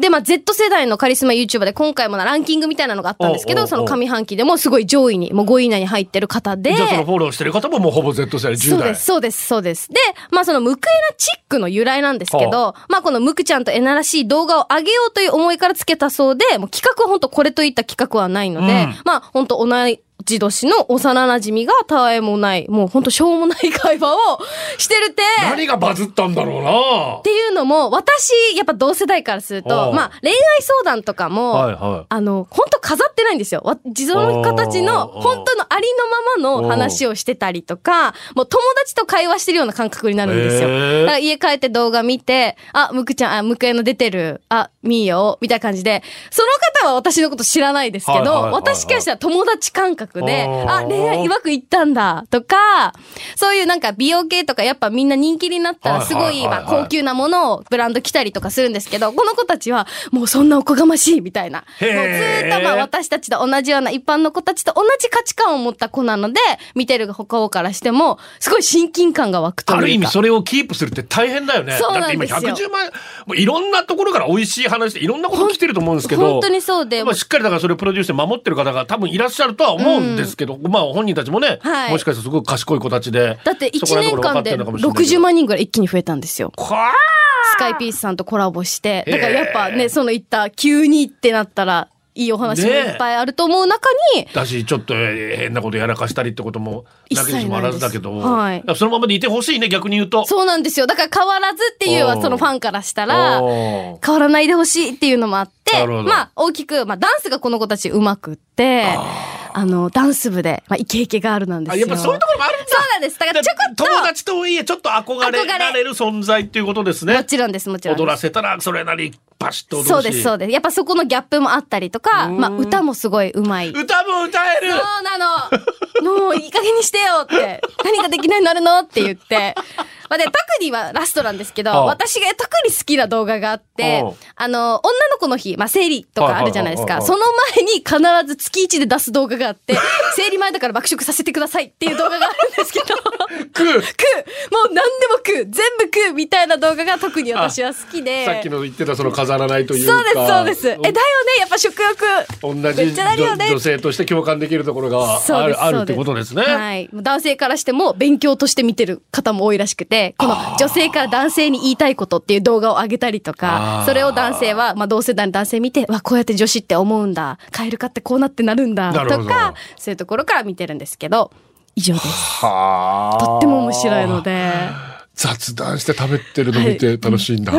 Speaker 2: で、まあ、Z 世代のカリスマ YouTuber で、今回もなランキングみたいなのがあったんですけ
Speaker 1: おうおうお
Speaker 2: ど、
Speaker 1: う
Speaker 2: その上半期でもすごい上位に、もう5位以内に入ってる方
Speaker 1: [LAUGHS]
Speaker 2: で
Speaker 1: じゃ、あそのフォローしてる方ももうほぼ Z 世代、10
Speaker 2: そうで
Speaker 1: 代
Speaker 2: す、。そうです、そうです。で、まあそのムクエナチックの由来なんですけ
Speaker 1: は
Speaker 2: ど、まあこのムクちゃんとエナらしい動画を上げようという思いからつけたそうで、もう企画は本当これといった企画はないので、
Speaker 1: うん
Speaker 2: まあ本当同い年の幼馴染みがたわいもない、もう本当しょうもない会話をしてるって。
Speaker 1: 何がバズったんだろうな
Speaker 2: っていうのも、私、やっぱ同世代からする
Speaker 1: ああ
Speaker 2: と、まあ、恋愛相談とかも、
Speaker 1: はいはい
Speaker 2: あの、本当飾ってないんですよ。わ地蔵の形
Speaker 1: ああ
Speaker 2: の、本当のありのままの話をしてたりとか、もう友達と会話してるような感覚になるんですよ。
Speaker 1: へえ
Speaker 2: だから家帰って動画見て、あ、むくちゃん、あ、むくえの出てる、あ、みーよ、みたいな感じで、その方は私のこと知らないですけど、
Speaker 1: はいはいはいはい
Speaker 2: 私からしたら友達感覚で、
Speaker 1: ああ
Speaker 2: あ、恋愛うまくいったんだ、とか、そういうなんか美容系とかやっぱみんな人気になったらすご
Speaker 1: はい
Speaker 2: い、
Speaker 1: はいはい
Speaker 2: ま
Speaker 1: はい
Speaker 2: あ高級なものをブランド着たりとかするんですけど、この子たちはもうそんなおこがましいみたいな。もうず
Speaker 1: へー
Speaker 2: ーっとまあ私たちと同じような一般の子たちと同じ価値観を持った子なので、見てる方からしても、すごい親近感が湧くという
Speaker 1: あ
Speaker 2: か。
Speaker 1: る意味それをキープするって大変だよね。
Speaker 2: そう
Speaker 1: だっ
Speaker 2: な
Speaker 1: て
Speaker 2: ん
Speaker 1: 今
Speaker 2: ですよ
Speaker 1: 110万、もういろんなところから美味しい話でいろんなこと来てると思うんですけど。
Speaker 2: 本当にそうで
Speaker 1: まあ、しっかりだからそれをプロデュースして守ってる方が多分いらっしゃるとは思うんですけど、まあ本人たちもね、
Speaker 2: はい
Speaker 1: もしかしたらすごく賢い子たちで。
Speaker 2: だって
Speaker 1: そこ
Speaker 2: 1
Speaker 1: ら辺の
Speaker 2: 年
Speaker 1: ところ分か
Speaker 2: 間
Speaker 1: って
Speaker 2: で
Speaker 1: るのかもしれないけど
Speaker 2: 60万人ぐらい一気に増えたんですよ。
Speaker 1: こわ
Speaker 2: スカイピースさんとコラボし
Speaker 1: へ
Speaker 2: て、
Speaker 1: ー
Speaker 2: だからやっぱね、その言った急にってなったら、いいお話も
Speaker 1: ねえ
Speaker 2: いっぱいあると思う中に、
Speaker 1: だし、ちょっとえー変なことやらかしたりってことも、
Speaker 2: 一
Speaker 1: だけに
Speaker 2: 切
Speaker 1: も
Speaker 2: な
Speaker 1: あ
Speaker 2: いで
Speaker 1: ら
Speaker 2: す
Speaker 1: ずだけど、
Speaker 2: はい
Speaker 1: そのままでいてほしいね、逆に言うと。
Speaker 2: [LAUGHS] そうなんですよ。だから変わらずっていう
Speaker 1: おー
Speaker 2: はそのファンからしたら、
Speaker 1: おー
Speaker 2: 変わらないでほしいっていうのもあっ
Speaker 1: な
Speaker 2: て、
Speaker 1: るほど
Speaker 2: まあ大きく、まあダンスがこの子たち上手くって、あの、ダンス部で、まあイケイケガールなんです
Speaker 1: あや
Speaker 2: よ。
Speaker 1: っぱそういうところもあるんだ
Speaker 2: そうなんです。だからちょこっと、
Speaker 1: 友達とはいえ、ちょっと憧れられる存在っていうことです
Speaker 2: も
Speaker 1: ね。
Speaker 2: ちろんです、もちろんです。
Speaker 1: 踊らせたら、それなり、パシッと踊るし。
Speaker 2: そうです、そうです。やっぱそこのギャップもあったりとか、まあ歌もすごい上手い。
Speaker 1: 歌も歌える
Speaker 2: そうなの。もういい加減にしてよって。何ができないようになるのって言って。まあ、で、特にはラストなんですけど、
Speaker 1: ああ
Speaker 2: 私が特に好きな動画があって
Speaker 1: うん、
Speaker 2: あの、女の子の日、まあ、生理とかあるじゃないです
Speaker 1: は
Speaker 2: か。
Speaker 1: いはい
Speaker 2: そ
Speaker 1: は
Speaker 2: の前に必ず月1で出す動画があ
Speaker 1: [LAUGHS]
Speaker 2: って、生理前だから爆食させてくださいっていう動画があるんですけど、
Speaker 1: 食う
Speaker 2: 食うもう何でも食う全部食うみたいな動画が特に私は好きで。
Speaker 1: さっきの言ってたその飾らないというか
Speaker 2: そうです、そうです。え、だよねやっぱ食欲。
Speaker 1: 同
Speaker 2: め
Speaker 1: じ
Speaker 2: っちゃなるよね
Speaker 1: 女女性として共感できるところが
Speaker 2: そ
Speaker 1: あ
Speaker 2: うです
Speaker 1: るある
Speaker 2: そう
Speaker 1: って
Speaker 2: です
Speaker 1: ことですね。
Speaker 2: はい。男性からしても勉強として見てる方も多いらしくて、この女性から男性に言いたいことっていう動画を上げたりと
Speaker 1: あ
Speaker 2: か
Speaker 1: ー、
Speaker 2: それを男性は、まあ同世代の男性見て、わ、こうやって女子って思うんだ。カエル化ってこうなってなるんだ。
Speaker 1: なるほ
Speaker 2: と
Speaker 1: ど
Speaker 2: か、そういうところから見てるんですけど、以上です。
Speaker 1: はあ。
Speaker 2: とっても面白いので。
Speaker 1: 雑談して食べてるの見て楽しいんだ。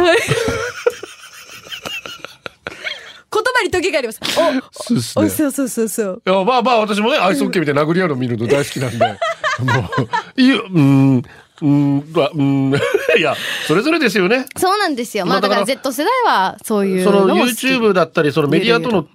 Speaker 2: 言葉に時があ
Speaker 1: [LAUGHS]
Speaker 2: ります。
Speaker 1: そうです
Speaker 2: お、
Speaker 1: ね。
Speaker 2: お、そうそうそうそう。
Speaker 1: いやまあまあ私もねアイスホッケーみたいな殴り合うの見るの大好きなんでもういいようーんうーん [LAUGHS] うわうーんいやそれぞれですよね。
Speaker 2: そうなんですよ。まあ
Speaker 1: まあだ
Speaker 2: だ
Speaker 1: か
Speaker 2: からら Z 世代はそういう
Speaker 1: そ
Speaker 2: の
Speaker 1: の
Speaker 2: も好き。
Speaker 1: YouTube だったりそのメディアとの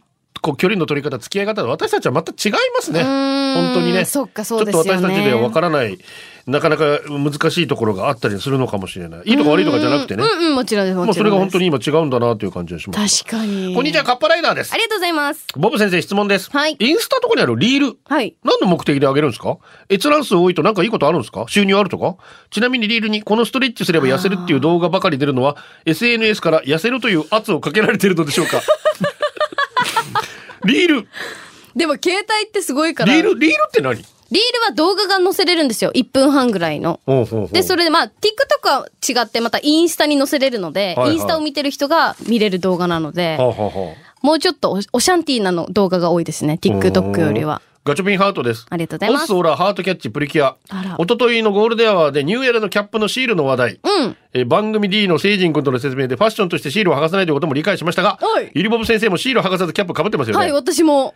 Speaker 1: こう距離の取り方付き合い方私たちはまた違いますね。
Speaker 2: ーん
Speaker 1: 本当にね。
Speaker 2: そっかそうです
Speaker 1: ちょ
Speaker 2: よ
Speaker 1: っと
Speaker 2: ね
Speaker 1: 私たちではわからないなかなか難しいところがあったりするのかもしれない。いいとか悪いとかじゃなくてね。
Speaker 2: うんうん、もちろんです。
Speaker 1: もうそれが本当
Speaker 2: に。
Speaker 1: に今違うんだなという感じがします。
Speaker 2: 確かに。
Speaker 1: こんにちはカッパライダーです
Speaker 2: あ。りがとうございます。
Speaker 1: ボブ先生質問です。
Speaker 2: はい
Speaker 1: インスタとかにあるリール。
Speaker 2: はい。
Speaker 1: 何の目的であげるんですか閲覧数多いとなんかいいことあるんですか収入あるとかちなみにリールにこのストレッチすれば痩せるっていう動画ばかり出るのは SNS から痩せるという圧をかけられてるのでし
Speaker 2: [LAUGHS]
Speaker 1: ょうかリール、リ
Speaker 2: でも携帯ってすごいから。
Speaker 1: ー
Speaker 2: リール
Speaker 1: ル、リールって何
Speaker 2: は動画が載せれるんですよ。1分半ぐらいの。
Speaker 1: ほうほうほう
Speaker 2: で、それでまあ、TikTok は違ってまたインスタに載せれるので、
Speaker 1: はいはい
Speaker 2: インスタを見てる人が見れる動画なので、
Speaker 1: はあはあはあ
Speaker 2: もうちょっとおおシャンティーなの動画が多いですね。TikTok よりは。
Speaker 1: ガチョピンハートです。
Speaker 2: ありがとうございます
Speaker 1: オッソーラハートキャッチプリキュア
Speaker 2: あら。
Speaker 1: おとといのゴールデンアワーでニューエラのキャップのシールの話題。
Speaker 2: うん。
Speaker 1: えー番組 D の聖人君との説明でファッションとしてシールを剥がさないということも理解しましたが
Speaker 2: はい、
Speaker 1: ゆりぼぶ先生もシールを剥がさずキャップ被ってますよね。
Speaker 2: はい、私も。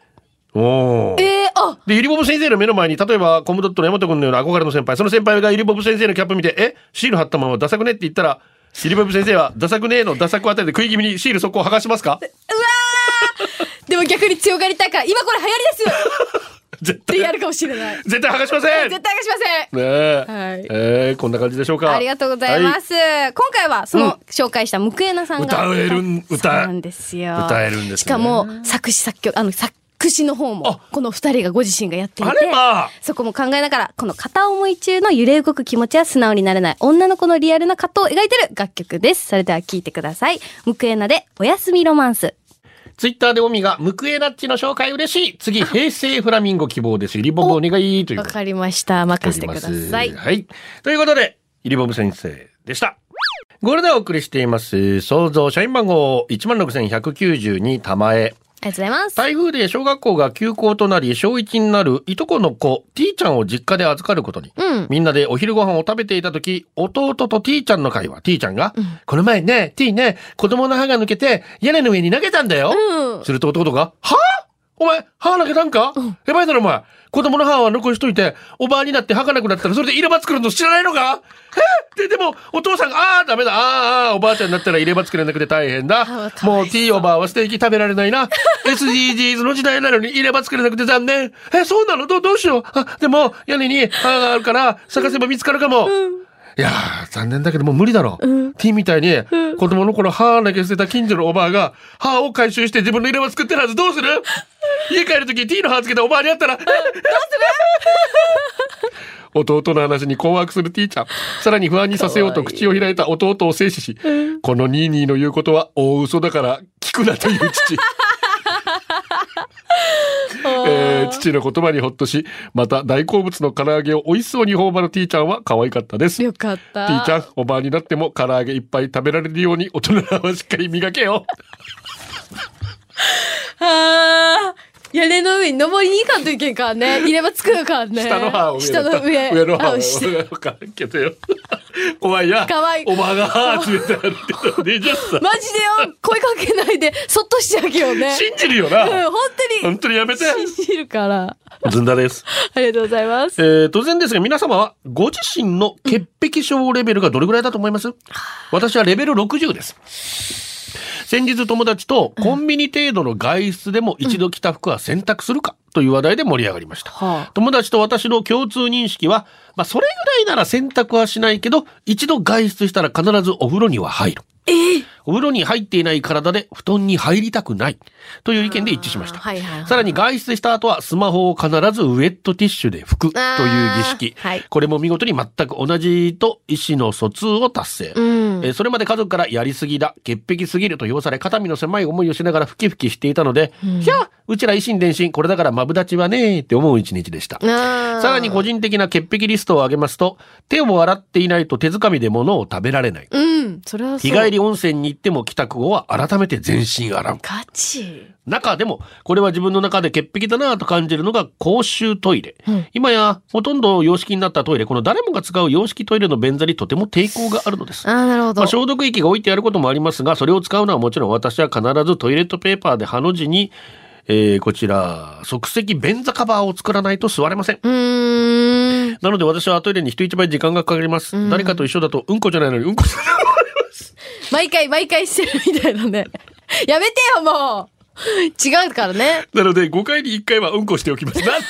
Speaker 1: おー
Speaker 2: えー、あ
Speaker 1: で、ゆりぼぶ先生の目の前に、例えば、コムドットの山本君のような憧れの先輩、その先輩がゆりぼぶ先生のキャップ見て、えシール貼ったままダサくねって言ったら、ゆりぼぶ先生は、ダサくねえのダサくあたりで食い気味にシールそこを剥がしますか
Speaker 2: でも逆に強がりたいから、今これ流行りです
Speaker 1: 絶
Speaker 2: ってや
Speaker 1: 対、
Speaker 2: るかもしれない。絶
Speaker 1: 絶対剥がしませんね
Speaker 2: 対がしません
Speaker 1: え、
Speaker 2: はい
Speaker 1: えーこんな感じでしょうか。
Speaker 2: ありがとうございます。今回はその紹介したムクエナさんが
Speaker 1: 歌えるん歌え
Speaker 2: そうなんですよ。
Speaker 1: 歌えるんですね
Speaker 2: しかも作詞作曲あの作詞の方もこの二人がご自身がやっていて
Speaker 1: あれまあ
Speaker 2: そこも考えながらこの片思い中の揺れ動く気持ちや素直になれない女の子のリアルな葛藤を描いてる楽曲ですそれでは聴いてくださいムクエナでおやすみロマンス
Speaker 1: はい。ツイッターでオミが、ムクエナッチの紹介嬉しい。次、平成フラミンゴ希望です。ゆりぼぶお願いという
Speaker 2: わ
Speaker 1: ことで
Speaker 2: かりました任せて
Speaker 1: お
Speaker 2: く
Speaker 1: りま
Speaker 2: だ
Speaker 1: す
Speaker 2: さい
Speaker 1: はい。ということで、イリボブ先生でした。ゴールデンをお送りしています。創造社員番号16,192玉江。
Speaker 2: ありがとうございます
Speaker 1: 台風で小学校が休校となり、小1になるいとこの子、T ちゃんを実家で預かることに。
Speaker 2: うん
Speaker 1: みんなでお昼ご飯を食べていた時、弟と T ちゃんの会話。T ちゃんが、この前ね、T ね、子供の歯が抜けて屋根の上に投げたんだよ。
Speaker 2: うん
Speaker 1: すると弟が、はぁお前、歯投げたんか、やばいだろお前。子供の歯は残しといて、おばあになって歯がなくなったらそれで入れ歯作るの知らないのかえで、でも、お父さんが、ああー、ダメだ、あーあー、おばあちゃんになったら入れ歯作れなくて大変だ。もう T おばあはステーキ食べられないな。SDGs の時代なのに入れ歯作れなくて残念。え、そうなのどうどうしよう。あ、でも、屋根に歯があるから、探せば見つかるかも。いやー、残念だけどもう無理だろ。T みたいに、子供の頃歯投げ捨てた近所のおばあが、歯を回収して自分の入れ歯作ってるはずどうする家帰るとき T の歯つけたおばあに会ったら、どうする弟の話に困惑する T ちゃん。さらに不安にさせようと口を開いた弟を制止し、このニーニーの言うことは大嘘だから聞くなという父。 [LAUGHS] えー父の言葉にほっとし、また大好物の唐揚げを美味しそうに頬張る T ちゃんは可愛かったです。
Speaker 2: よかった
Speaker 1: ティーちゃん、おばあになっても唐揚げいっぱい食べられるように大人はしっかり磨けよ。
Speaker 2: あー屋根の上に登りに行かんといけんか
Speaker 1: [LAUGHS]
Speaker 2: らね。入れ歯作るからね。
Speaker 1: 下の歯を
Speaker 2: 下の上。
Speaker 1: 上の歯
Speaker 2: あ
Speaker 1: を
Speaker 2: 下
Speaker 1: 上の歯をけてよ。怖いや。
Speaker 2: 可愛い
Speaker 1: おばあが歯集めてあるって言ったらねじゃあさ
Speaker 2: マジでよ、声かけないで、そっとしてあげようね。
Speaker 1: 信じるよ
Speaker 2: うん、
Speaker 1: な。
Speaker 2: 本当
Speaker 1: 本
Speaker 2: に。
Speaker 1: 当にやめて。
Speaker 2: 信じるから。
Speaker 1: ずんだです。
Speaker 2: ありがとうございます。
Speaker 1: えー、突然ですが皆様はご自身の潔癖症レベルがどれぐらいだと思い
Speaker 2: [SIGHS]
Speaker 1: ます私はレベル60です。先日友達とコンビニ程度の外出でも一度着た服は洗濯するか、という話題で盛り上がりました。
Speaker 2: は
Speaker 1: 友達と私の共通認識は、まあ、それぐらいなら洗濯はしないけど、一度外出したら必ずお風呂には入る。お風呂に入っていない体で布団に入りたくない。という意見で一致しました。
Speaker 2: あーはいはいはい
Speaker 1: さらに外出した後はスマホを必ずウェットティッシュで拭くという儀式。
Speaker 2: あーはい
Speaker 1: これも見事に全く同じと意思の疎通を達成。
Speaker 2: あ。うん。
Speaker 1: えーそれまで家族からやりすぎだ、潔癖すぎると評され、肩身の狭い思いをしながらふきふきしていたので、ひゃあうちら維新伝心、これだからマブダチはねーって思う一日でした。
Speaker 2: あー
Speaker 1: さらに個人的な潔癖リストを挙げますと、手を洗っていないと手づかみで物を食べられない。
Speaker 2: うん。それはそう。
Speaker 1: 日帰り温泉に行っても帰宅後は改めて全身洗う。
Speaker 2: ガチ。
Speaker 1: 中でも、これは自分の中で潔癖だなぁと感じるのが公衆トイレ。今や、ほとんど洋式になったトイレ、この誰もが使う洋式トイレの便座にとても抵抗があるのです
Speaker 2: あ。あ、なるほど。
Speaker 1: まあ、消毒液が置いてあることもありますが、それを使うのはもちろん私は必ずトイレットペーパーでハの字に、えーこちら、即席便座カバーを作らないと座れません。
Speaker 2: うーん。
Speaker 1: なので私はトイレに人一倍時間がかかります。誰かと一緒だとうんこじゃないのにうんこじゃないのに
Speaker 2: 毎回毎回してるみたいなね。やめてよ、もう違うからね。
Speaker 1: なので5回に1回はうんこしておきます。何の話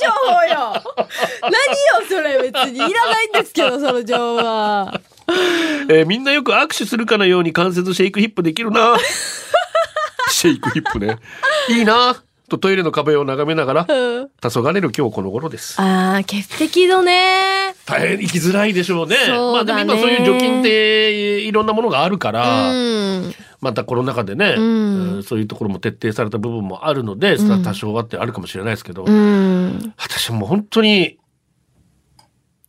Speaker 2: 情報よ [LAUGHS] 何よ、それ別に。いらないんですけど、その情報は。
Speaker 1: えーみんなよく握手するかのように関節シェイクヒップできるなシェイクヒップね。いいなとトイレの壁を眺めながら、黄昏る今日この頃です。
Speaker 2: ああ、潔癖度ね。
Speaker 1: 大変生きづらいでしょうね。
Speaker 2: そうだね
Speaker 1: まあでも今そういう除菌っていろんなものがあるか
Speaker 2: う
Speaker 1: ら、
Speaker 2: ん。
Speaker 1: またコロナ禍でね、
Speaker 2: ん
Speaker 1: うんそういうところも徹底された部分もあるので、
Speaker 2: ん
Speaker 1: 多少はってあるかもしれないですけど、
Speaker 2: うん。
Speaker 1: 私もう本当に、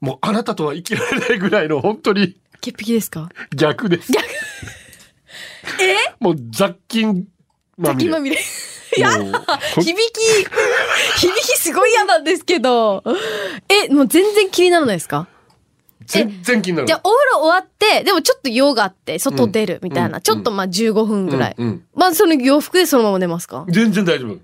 Speaker 1: もうあなたとは生きられないぐらいの本当に
Speaker 2: 潔癖ですか
Speaker 1: 逆です。逆えもう雑菌まみれ。
Speaker 2: 今見れ。
Speaker 1: や
Speaker 2: 響き、響きすごい嫌なんですけど。え、もう全然気にならないですか
Speaker 1: 全然気になる。
Speaker 2: じゃあ、お風呂終わって、でもちょっと用があって、外出るみたいな。
Speaker 1: うん
Speaker 2: ちょっとまあ15分ぐらい。
Speaker 1: うんうん
Speaker 2: まあ、その洋服でそのまま寝ますか
Speaker 1: 全然大丈夫。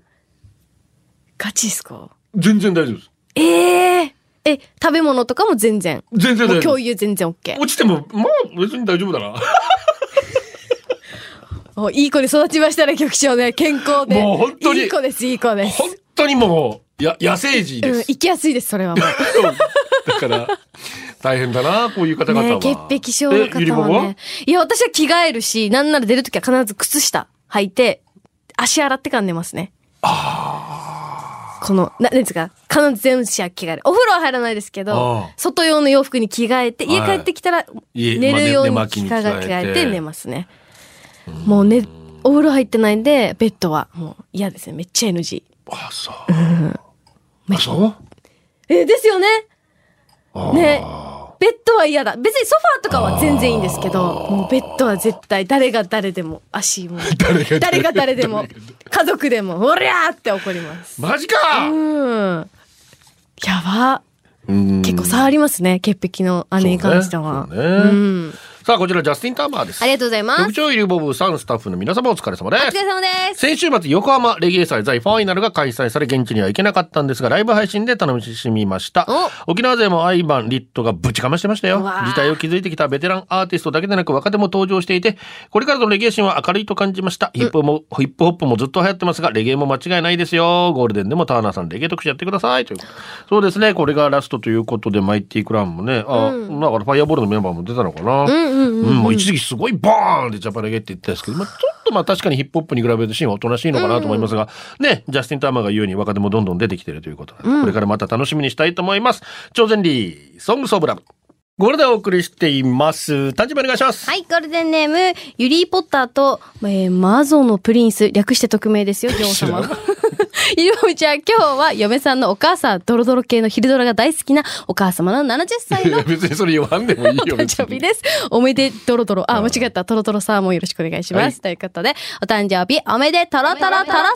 Speaker 2: ガチですか
Speaker 1: 全然大丈夫です。
Speaker 2: えええ、食べ物とかも全然。
Speaker 1: 全然
Speaker 2: も
Speaker 1: 大
Speaker 2: う
Speaker 1: 丈夫
Speaker 2: 共
Speaker 1: です。
Speaker 2: 有全然 OK。
Speaker 1: 落ちても、まあ別に大丈夫だな。
Speaker 2: おいい子に育ちましたね、局長ね。健康で。
Speaker 1: もう本当に
Speaker 2: いい子です、いい子です。
Speaker 1: 本当にもう、や、野生児
Speaker 2: うん、
Speaker 1: です。
Speaker 2: 生きやすいです、それはもう。
Speaker 1: だから、大変だな、こういう方々
Speaker 2: ね
Speaker 1: は。
Speaker 2: 潔癖症の
Speaker 1: えゆり
Speaker 2: 方
Speaker 1: ぼ
Speaker 2: は
Speaker 1: ぼ
Speaker 2: ね。いや、私は着替えるし、なんなら出るときは必ず靴下履いて、足洗ってから寝ますね。この、な、なんですか、必ず全身は着替える。お風呂は入らないですけ
Speaker 1: あ
Speaker 2: ど
Speaker 1: あ、
Speaker 2: 外用の洋服に着替えて、家
Speaker 1: はい
Speaker 2: 帰ってきたら、
Speaker 1: 家
Speaker 2: 寝
Speaker 1: まあ
Speaker 2: る
Speaker 1: ね
Speaker 2: ように
Speaker 1: 寝
Speaker 2: 着
Speaker 1: 巻きに着替えて
Speaker 2: 替えて寝ますね。もうね、お風呂入ってないんで、ベッドはもう嫌ですね。めっちゃ NG。
Speaker 1: あ、そう。あ、そう
Speaker 2: え、ですよねね。ベッドは嫌だ。別にソファーとかは全然いいんですけど、もうベッドは絶対誰が誰でも、
Speaker 1: [LAUGHS]
Speaker 2: 足も。誰が誰でも。家族でも、おりゃーって怒ります。
Speaker 1: マジ
Speaker 2: う
Speaker 1: か
Speaker 2: ん。やば。
Speaker 1: 結
Speaker 2: 結構差ありますね、潔癖の姉に関しては。
Speaker 1: そうねそうね
Speaker 2: うん。
Speaker 1: さあ、こちらジャスティン・ターマーです。
Speaker 2: ありがとうございます
Speaker 1: 局。長ゆりぼぼさん、スタッフの皆様お疲れ様で
Speaker 2: お疲
Speaker 1: す
Speaker 2: れ。様です。
Speaker 1: 先週末、横浜レゲエ祭ザ・ファイナルが開催され、現地には行けなかったんですが、ライブ配信で楽しみました。沖縄勢もアイバン、リットがぶちかましてましたよ。
Speaker 2: わあ
Speaker 1: 時代を築いてきたベテランアーティストだけでなく、若手も登場していて、これからのレゲエシーンは明るいと感じました。ヒップも、ヒップホップもずっと流行ってますが、レゲエも間違いないですよ。ゴールデンでもターナーさん、レゲエ特集やってください。ということそうですね、これがラストということで、マイティクラウンもね、あ、だからファイアボールのメンバーも出たのかな。うん、もう一時期すごいボーンってジャパネゲって言ってたんですけど、まあ、ちょっとまあ確かにヒップホップに比べるとシーンはおとなしいのかなと思いますが、ね、ジャスティン・ターマーが言うように若手もどんどん出てきてるということなので、これからまた楽しみにしたいと思います。超前リー、ソングソブラブ。ゴールでお送りしています。田島お願いします。
Speaker 2: はい、ゴールデンネーム、ユリー・ポッターと、えー、マゾのプリンス、略して匿名です [LAUGHS] よ、女王様。ゆりもみちゃん、今日は嫁さんのお母さん、ドロドロ系の昼ドラが大好きなお母様の70歳
Speaker 1: [LAUGHS] い
Speaker 2: [LAUGHS] の
Speaker 1: や別にそれ言わんでもいいよ。
Speaker 2: お [LAUGHS] 誕
Speaker 1: 別
Speaker 2: 生日
Speaker 1: に
Speaker 2: です。おめでとろとろ。あ、間違った。とろとろサーモンよろしくお願いします。ということで、お誕生日おめでとろとろとろサーモン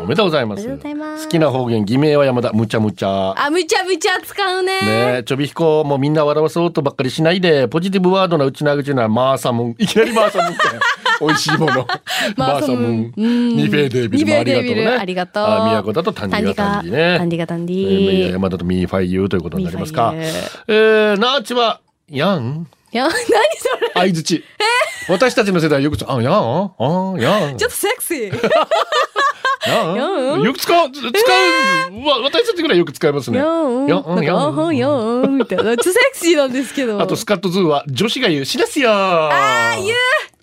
Speaker 1: おめでとうございます。
Speaker 2: おめでとうございます
Speaker 1: 好きな方言、偽名は山田、むちゃむちゃ。
Speaker 2: あ、むちゃむちゃ使う
Speaker 1: ね
Speaker 2: ね。
Speaker 1: え、ちょびひこもみんな笑わそうとばっかりしないで、ポジティブワードなうちなうちなマーサムン。いきなりマーサムンって。 [LAUGHS] 美味しいもの。マーサムン。ニベーデービルもありがとうね。
Speaker 2: ありがとう。
Speaker 1: あ宮古だとタンディガタンディね。
Speaker 2: タンディガタンディ
Speaker 1: えーいや山だとミーファイユーということになりますか
Speaker 2: ミーファイユ。
Speaker 1: えー、ナーチは、ヤン、
Speaker 2: [LAUGHS] いや、何それ
Speaker 1: 相づち。私たちの世代はよくつ、あ、やん、あ、やん、
Speaker 2: ちょっとセクシー。
Speaker 1: やん。よく使う、使う、わ私たちぐらいよく使いますね。
Speaker 2: よん、
Speaker 1: よ
Speaker 2: よ
Speaker 1: ん
Speaker 2: ん、
Speaker 1: よん
Speaker 2: よん、よん、みたいな。ちょっとセクシーなんですけど。
Speaker 1: あと、スカットズーは女子が言う、しですよああ、言う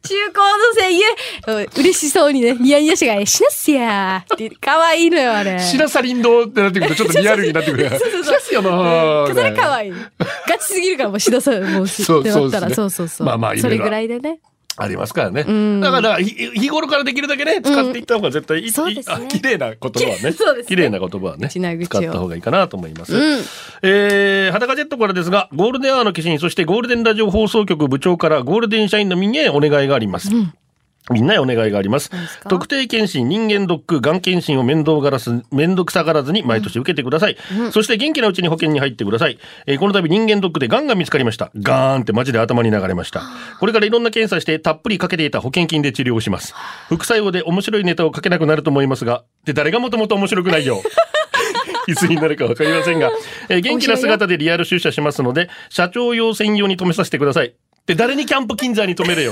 Speaker 2: 中高の声優、うん嬉しそうにね、ニヤニヤしがら、しなっすやーって、可愛いのよ、あれ。
Speaker 1: しらさりんどうってなってくると、ちょ
Speaker 2: [LAUGHS]
Speaker 1: っとリアルになってくる。
Speaker 2: そうそ
Speaker 1: し
Speaker 2: うそう
Speaker 1: らすよな
Speaker 2: うん
Speaker 1: ー
Speaker 2: それ可愛い。ガチすぎるからもうしなさい、もうし、
Speaker 1: そう
Speaker 2: ってなった
Speaker 1: そうで
Speaker 2: ら、
Speaker 1: すね
Speaker 2: そうそうそう。
Speaker 1: まあまあいろ
Speaker 2: そ
Speaker 1: いろ
Speaker 2: れぐらいでね。
Speaker 1: ありますからね。
Speaker 2: ん
Speaker 1: だから、ひ日頃からできるだけね、使っていった方が絶対いい、
Speaker 2: そうですね
Speaker 1: あ綺麗な言葉はね。
Speaker 2: [LAUGHS] そうですね
Speaker 1: 綺麗な言葉はね。
Speaker 2: 口な口を
Speaker 1: 使った方がいいかなと思います。
Speaker 2: うん。
Speaker 1: えー、裸ジェットからですが、ゴールデンアワーの化身、そしてゴールデンラジオ放送局部長からゴールデン社員のみんなへお願いがあります。みんなへお願いがあります。特定検診、人間ドック、がん検診を面倒がらず、面倒くさがらずに毎年受けてください。そして元気なうちに保険に入ってください。えーこの度人間ドックでがんが見つかりました。ガーンってマジで頭に流れました。これからいろんな検査してたっぷりかけていた保険金で治療をします。副作用で面白いネタをかけなくなると思いますが、で、誰がもともと面白くないよ。 [LAUGHS] いつになるかわかりませんが、えー元気な姿でリアル出社しますので、社長用専用に止めさせてください。で、誰にキャンプ金座に止めるよ。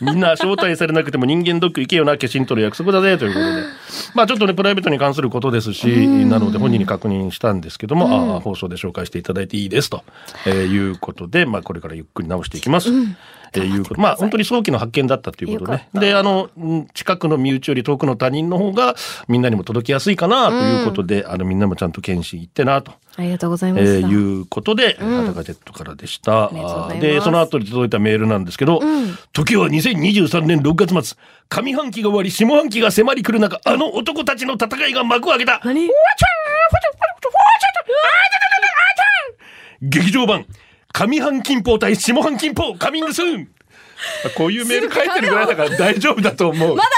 Speaker 1: みんな招待されなくても人間ドック行けよな、化身取る約束だぜ、ということで。まあちょっとね、プライベートに関することですし、なので本人に確認したんですけども、ああ放送で紹介していただいていいですと、えーいうことで、まあこれからゆっくり直していきます。えーいうこと。まあ本当に早期の発見だったということ
Speaker 2: よ
Speaker 1: ね。で、あの、うん近くの身内より遠くの他人の方がみんなにも届きやすいかな、ということで、あのみんなもちゃんと検診行ってな、と
Speaker 2: ありがとうございま
Speaker 1: え
Speaker 2: し
Speaker 1: ー
Speaker 2: た。
Speaker 1: いうことで、ハタガジェットからでした。
Speaker 2: りがとうございます
Speaker 1: あーで、その後に届いたメールなんですけど、時は2023年6月末、上半期が終わり、下半期が迫り来る中、あの男たちの戦いが幕を開けた。
Speaker 2: 何
Speaker 1: 劇場版、上半金砲対下半金砲、カミングスーン。こういうメール書いてるぐらいだから大丈夫だと思う。
Speaker 2: まだ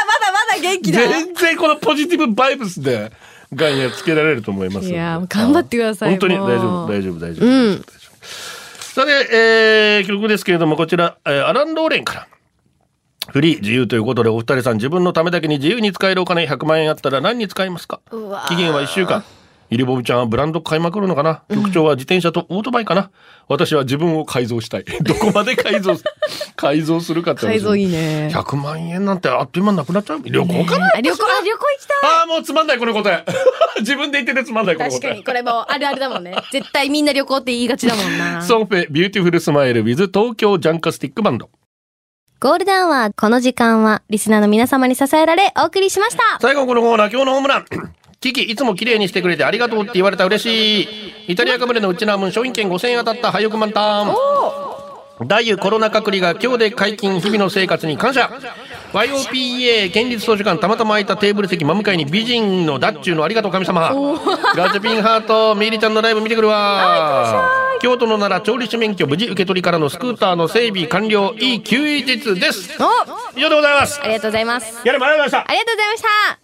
Speaker 2: まだまだ元気だ。
Speaker 1: 全然このポジティブバイブスで、ガンやつけられると思いますので。
Speaker 2: いやーもう頑張ってください
Speaker 1: 本当に大
Speaker 2: もう
Speaker 1: 丈夫、大丈夫、大丈夫。大丈夫さて、えー、記録ですけれども、こちら、えーアラン・ローレンから。フリー、自由ということで、お二人さん、自分のためだけに自由に使えるお金100万円あったら何に使いますか期限は1週間。イリボブちゃんはブランド買いまくるのかな局長は自転車とオートバイかな、私は自分を改造したい。 [LAUGHS] どこまで改造す、改造するかって話
Speaker 2: 改造いいね。
Speaker 1: 100万円なんてあっという間なくなっちゃう旅行かな、
Speaker 2: あ旅行、あ旅行行きたい。
Speaker 1: ああ、もうつまんない、この答え。 [LAUGHS] 自分で言っててつまんない、この
Speaker 2: 確か
Speaker 1: 答
Speaker 2: に、
Speaker 1: え。
Speaker 2: これもうあるあるだもんね。絶対みんな旅行って言いがちだもんな。
Speaker 1: ソンフェ、ビューティフルスマイル、with 東京ジャンカスティックバンド。
Speaker 4: ゴールデンはこの時間はリスナーの皆様に支えられお送りしました。
Speaker 1: 最後このコーナー、今日のホームラン。 [COUGHS] キキ、いつも綺麗にしてくれてありがとうって言われた嬉しい。イタリアかぶれのウチナームン、商品券5000円当たった、ハイオクマンターン。大油コロナ隔離が今日で解禁日々の生活に感謝 YOPA 県立図書館たまたま空いたテーブル席真向かいに美人のダッチューのありがとう神様ガチャピンハートミリちゃんのライブ見てくるわ京都の奈良調理師免許無事受け取りからのスクーターの整備完了いい休日です以上でございます
Speaker 4: ありがとうございます。
Speaker 1: ギャラもありがとうござい
Speaker 4: ありがとうございました。
Speaker 1: ま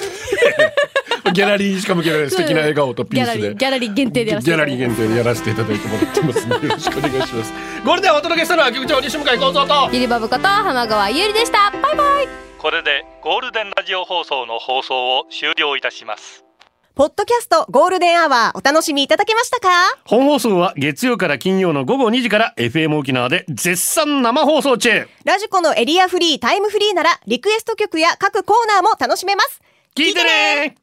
Speaker 1: したギャラリーしか向けられない素敵な笑顔とピ
Speaker 2: ギャ
Speaker 1: ー
Speaker 2: ラ
Speaker 1: ス
Speaker 2: リー、
Speaker 1: で
Speaker 2: ギャラリー限定でやらせ
Speaker 1: ギャラ
Speaker 2: ていただ
Speaker 1: リー
Speaker 2: いて
Speaker 1: 限定でやらせていただいてもらってますんでよろしくお願いしますゴールデンをお届けしたのは局長西向井幸三と
Speaker 4: ゆりぼぶこと浜川ゆりでした。バイバイ。
Speaker 5: これでゴールデンラジオ放送の放送を終了いたします
Speaker 6: ポッドキャストゴールデンアワーお楽しみいただけましたか
Speaker 7: 本放送は月曜から金曜の午後2時から FM 沖縄で絶賛生放送中
Speaker 6: ラジコのエリアフリータイムフリーならリクエスト曲や各コーナーも楽しめます。
Speaker 7: 聞いてね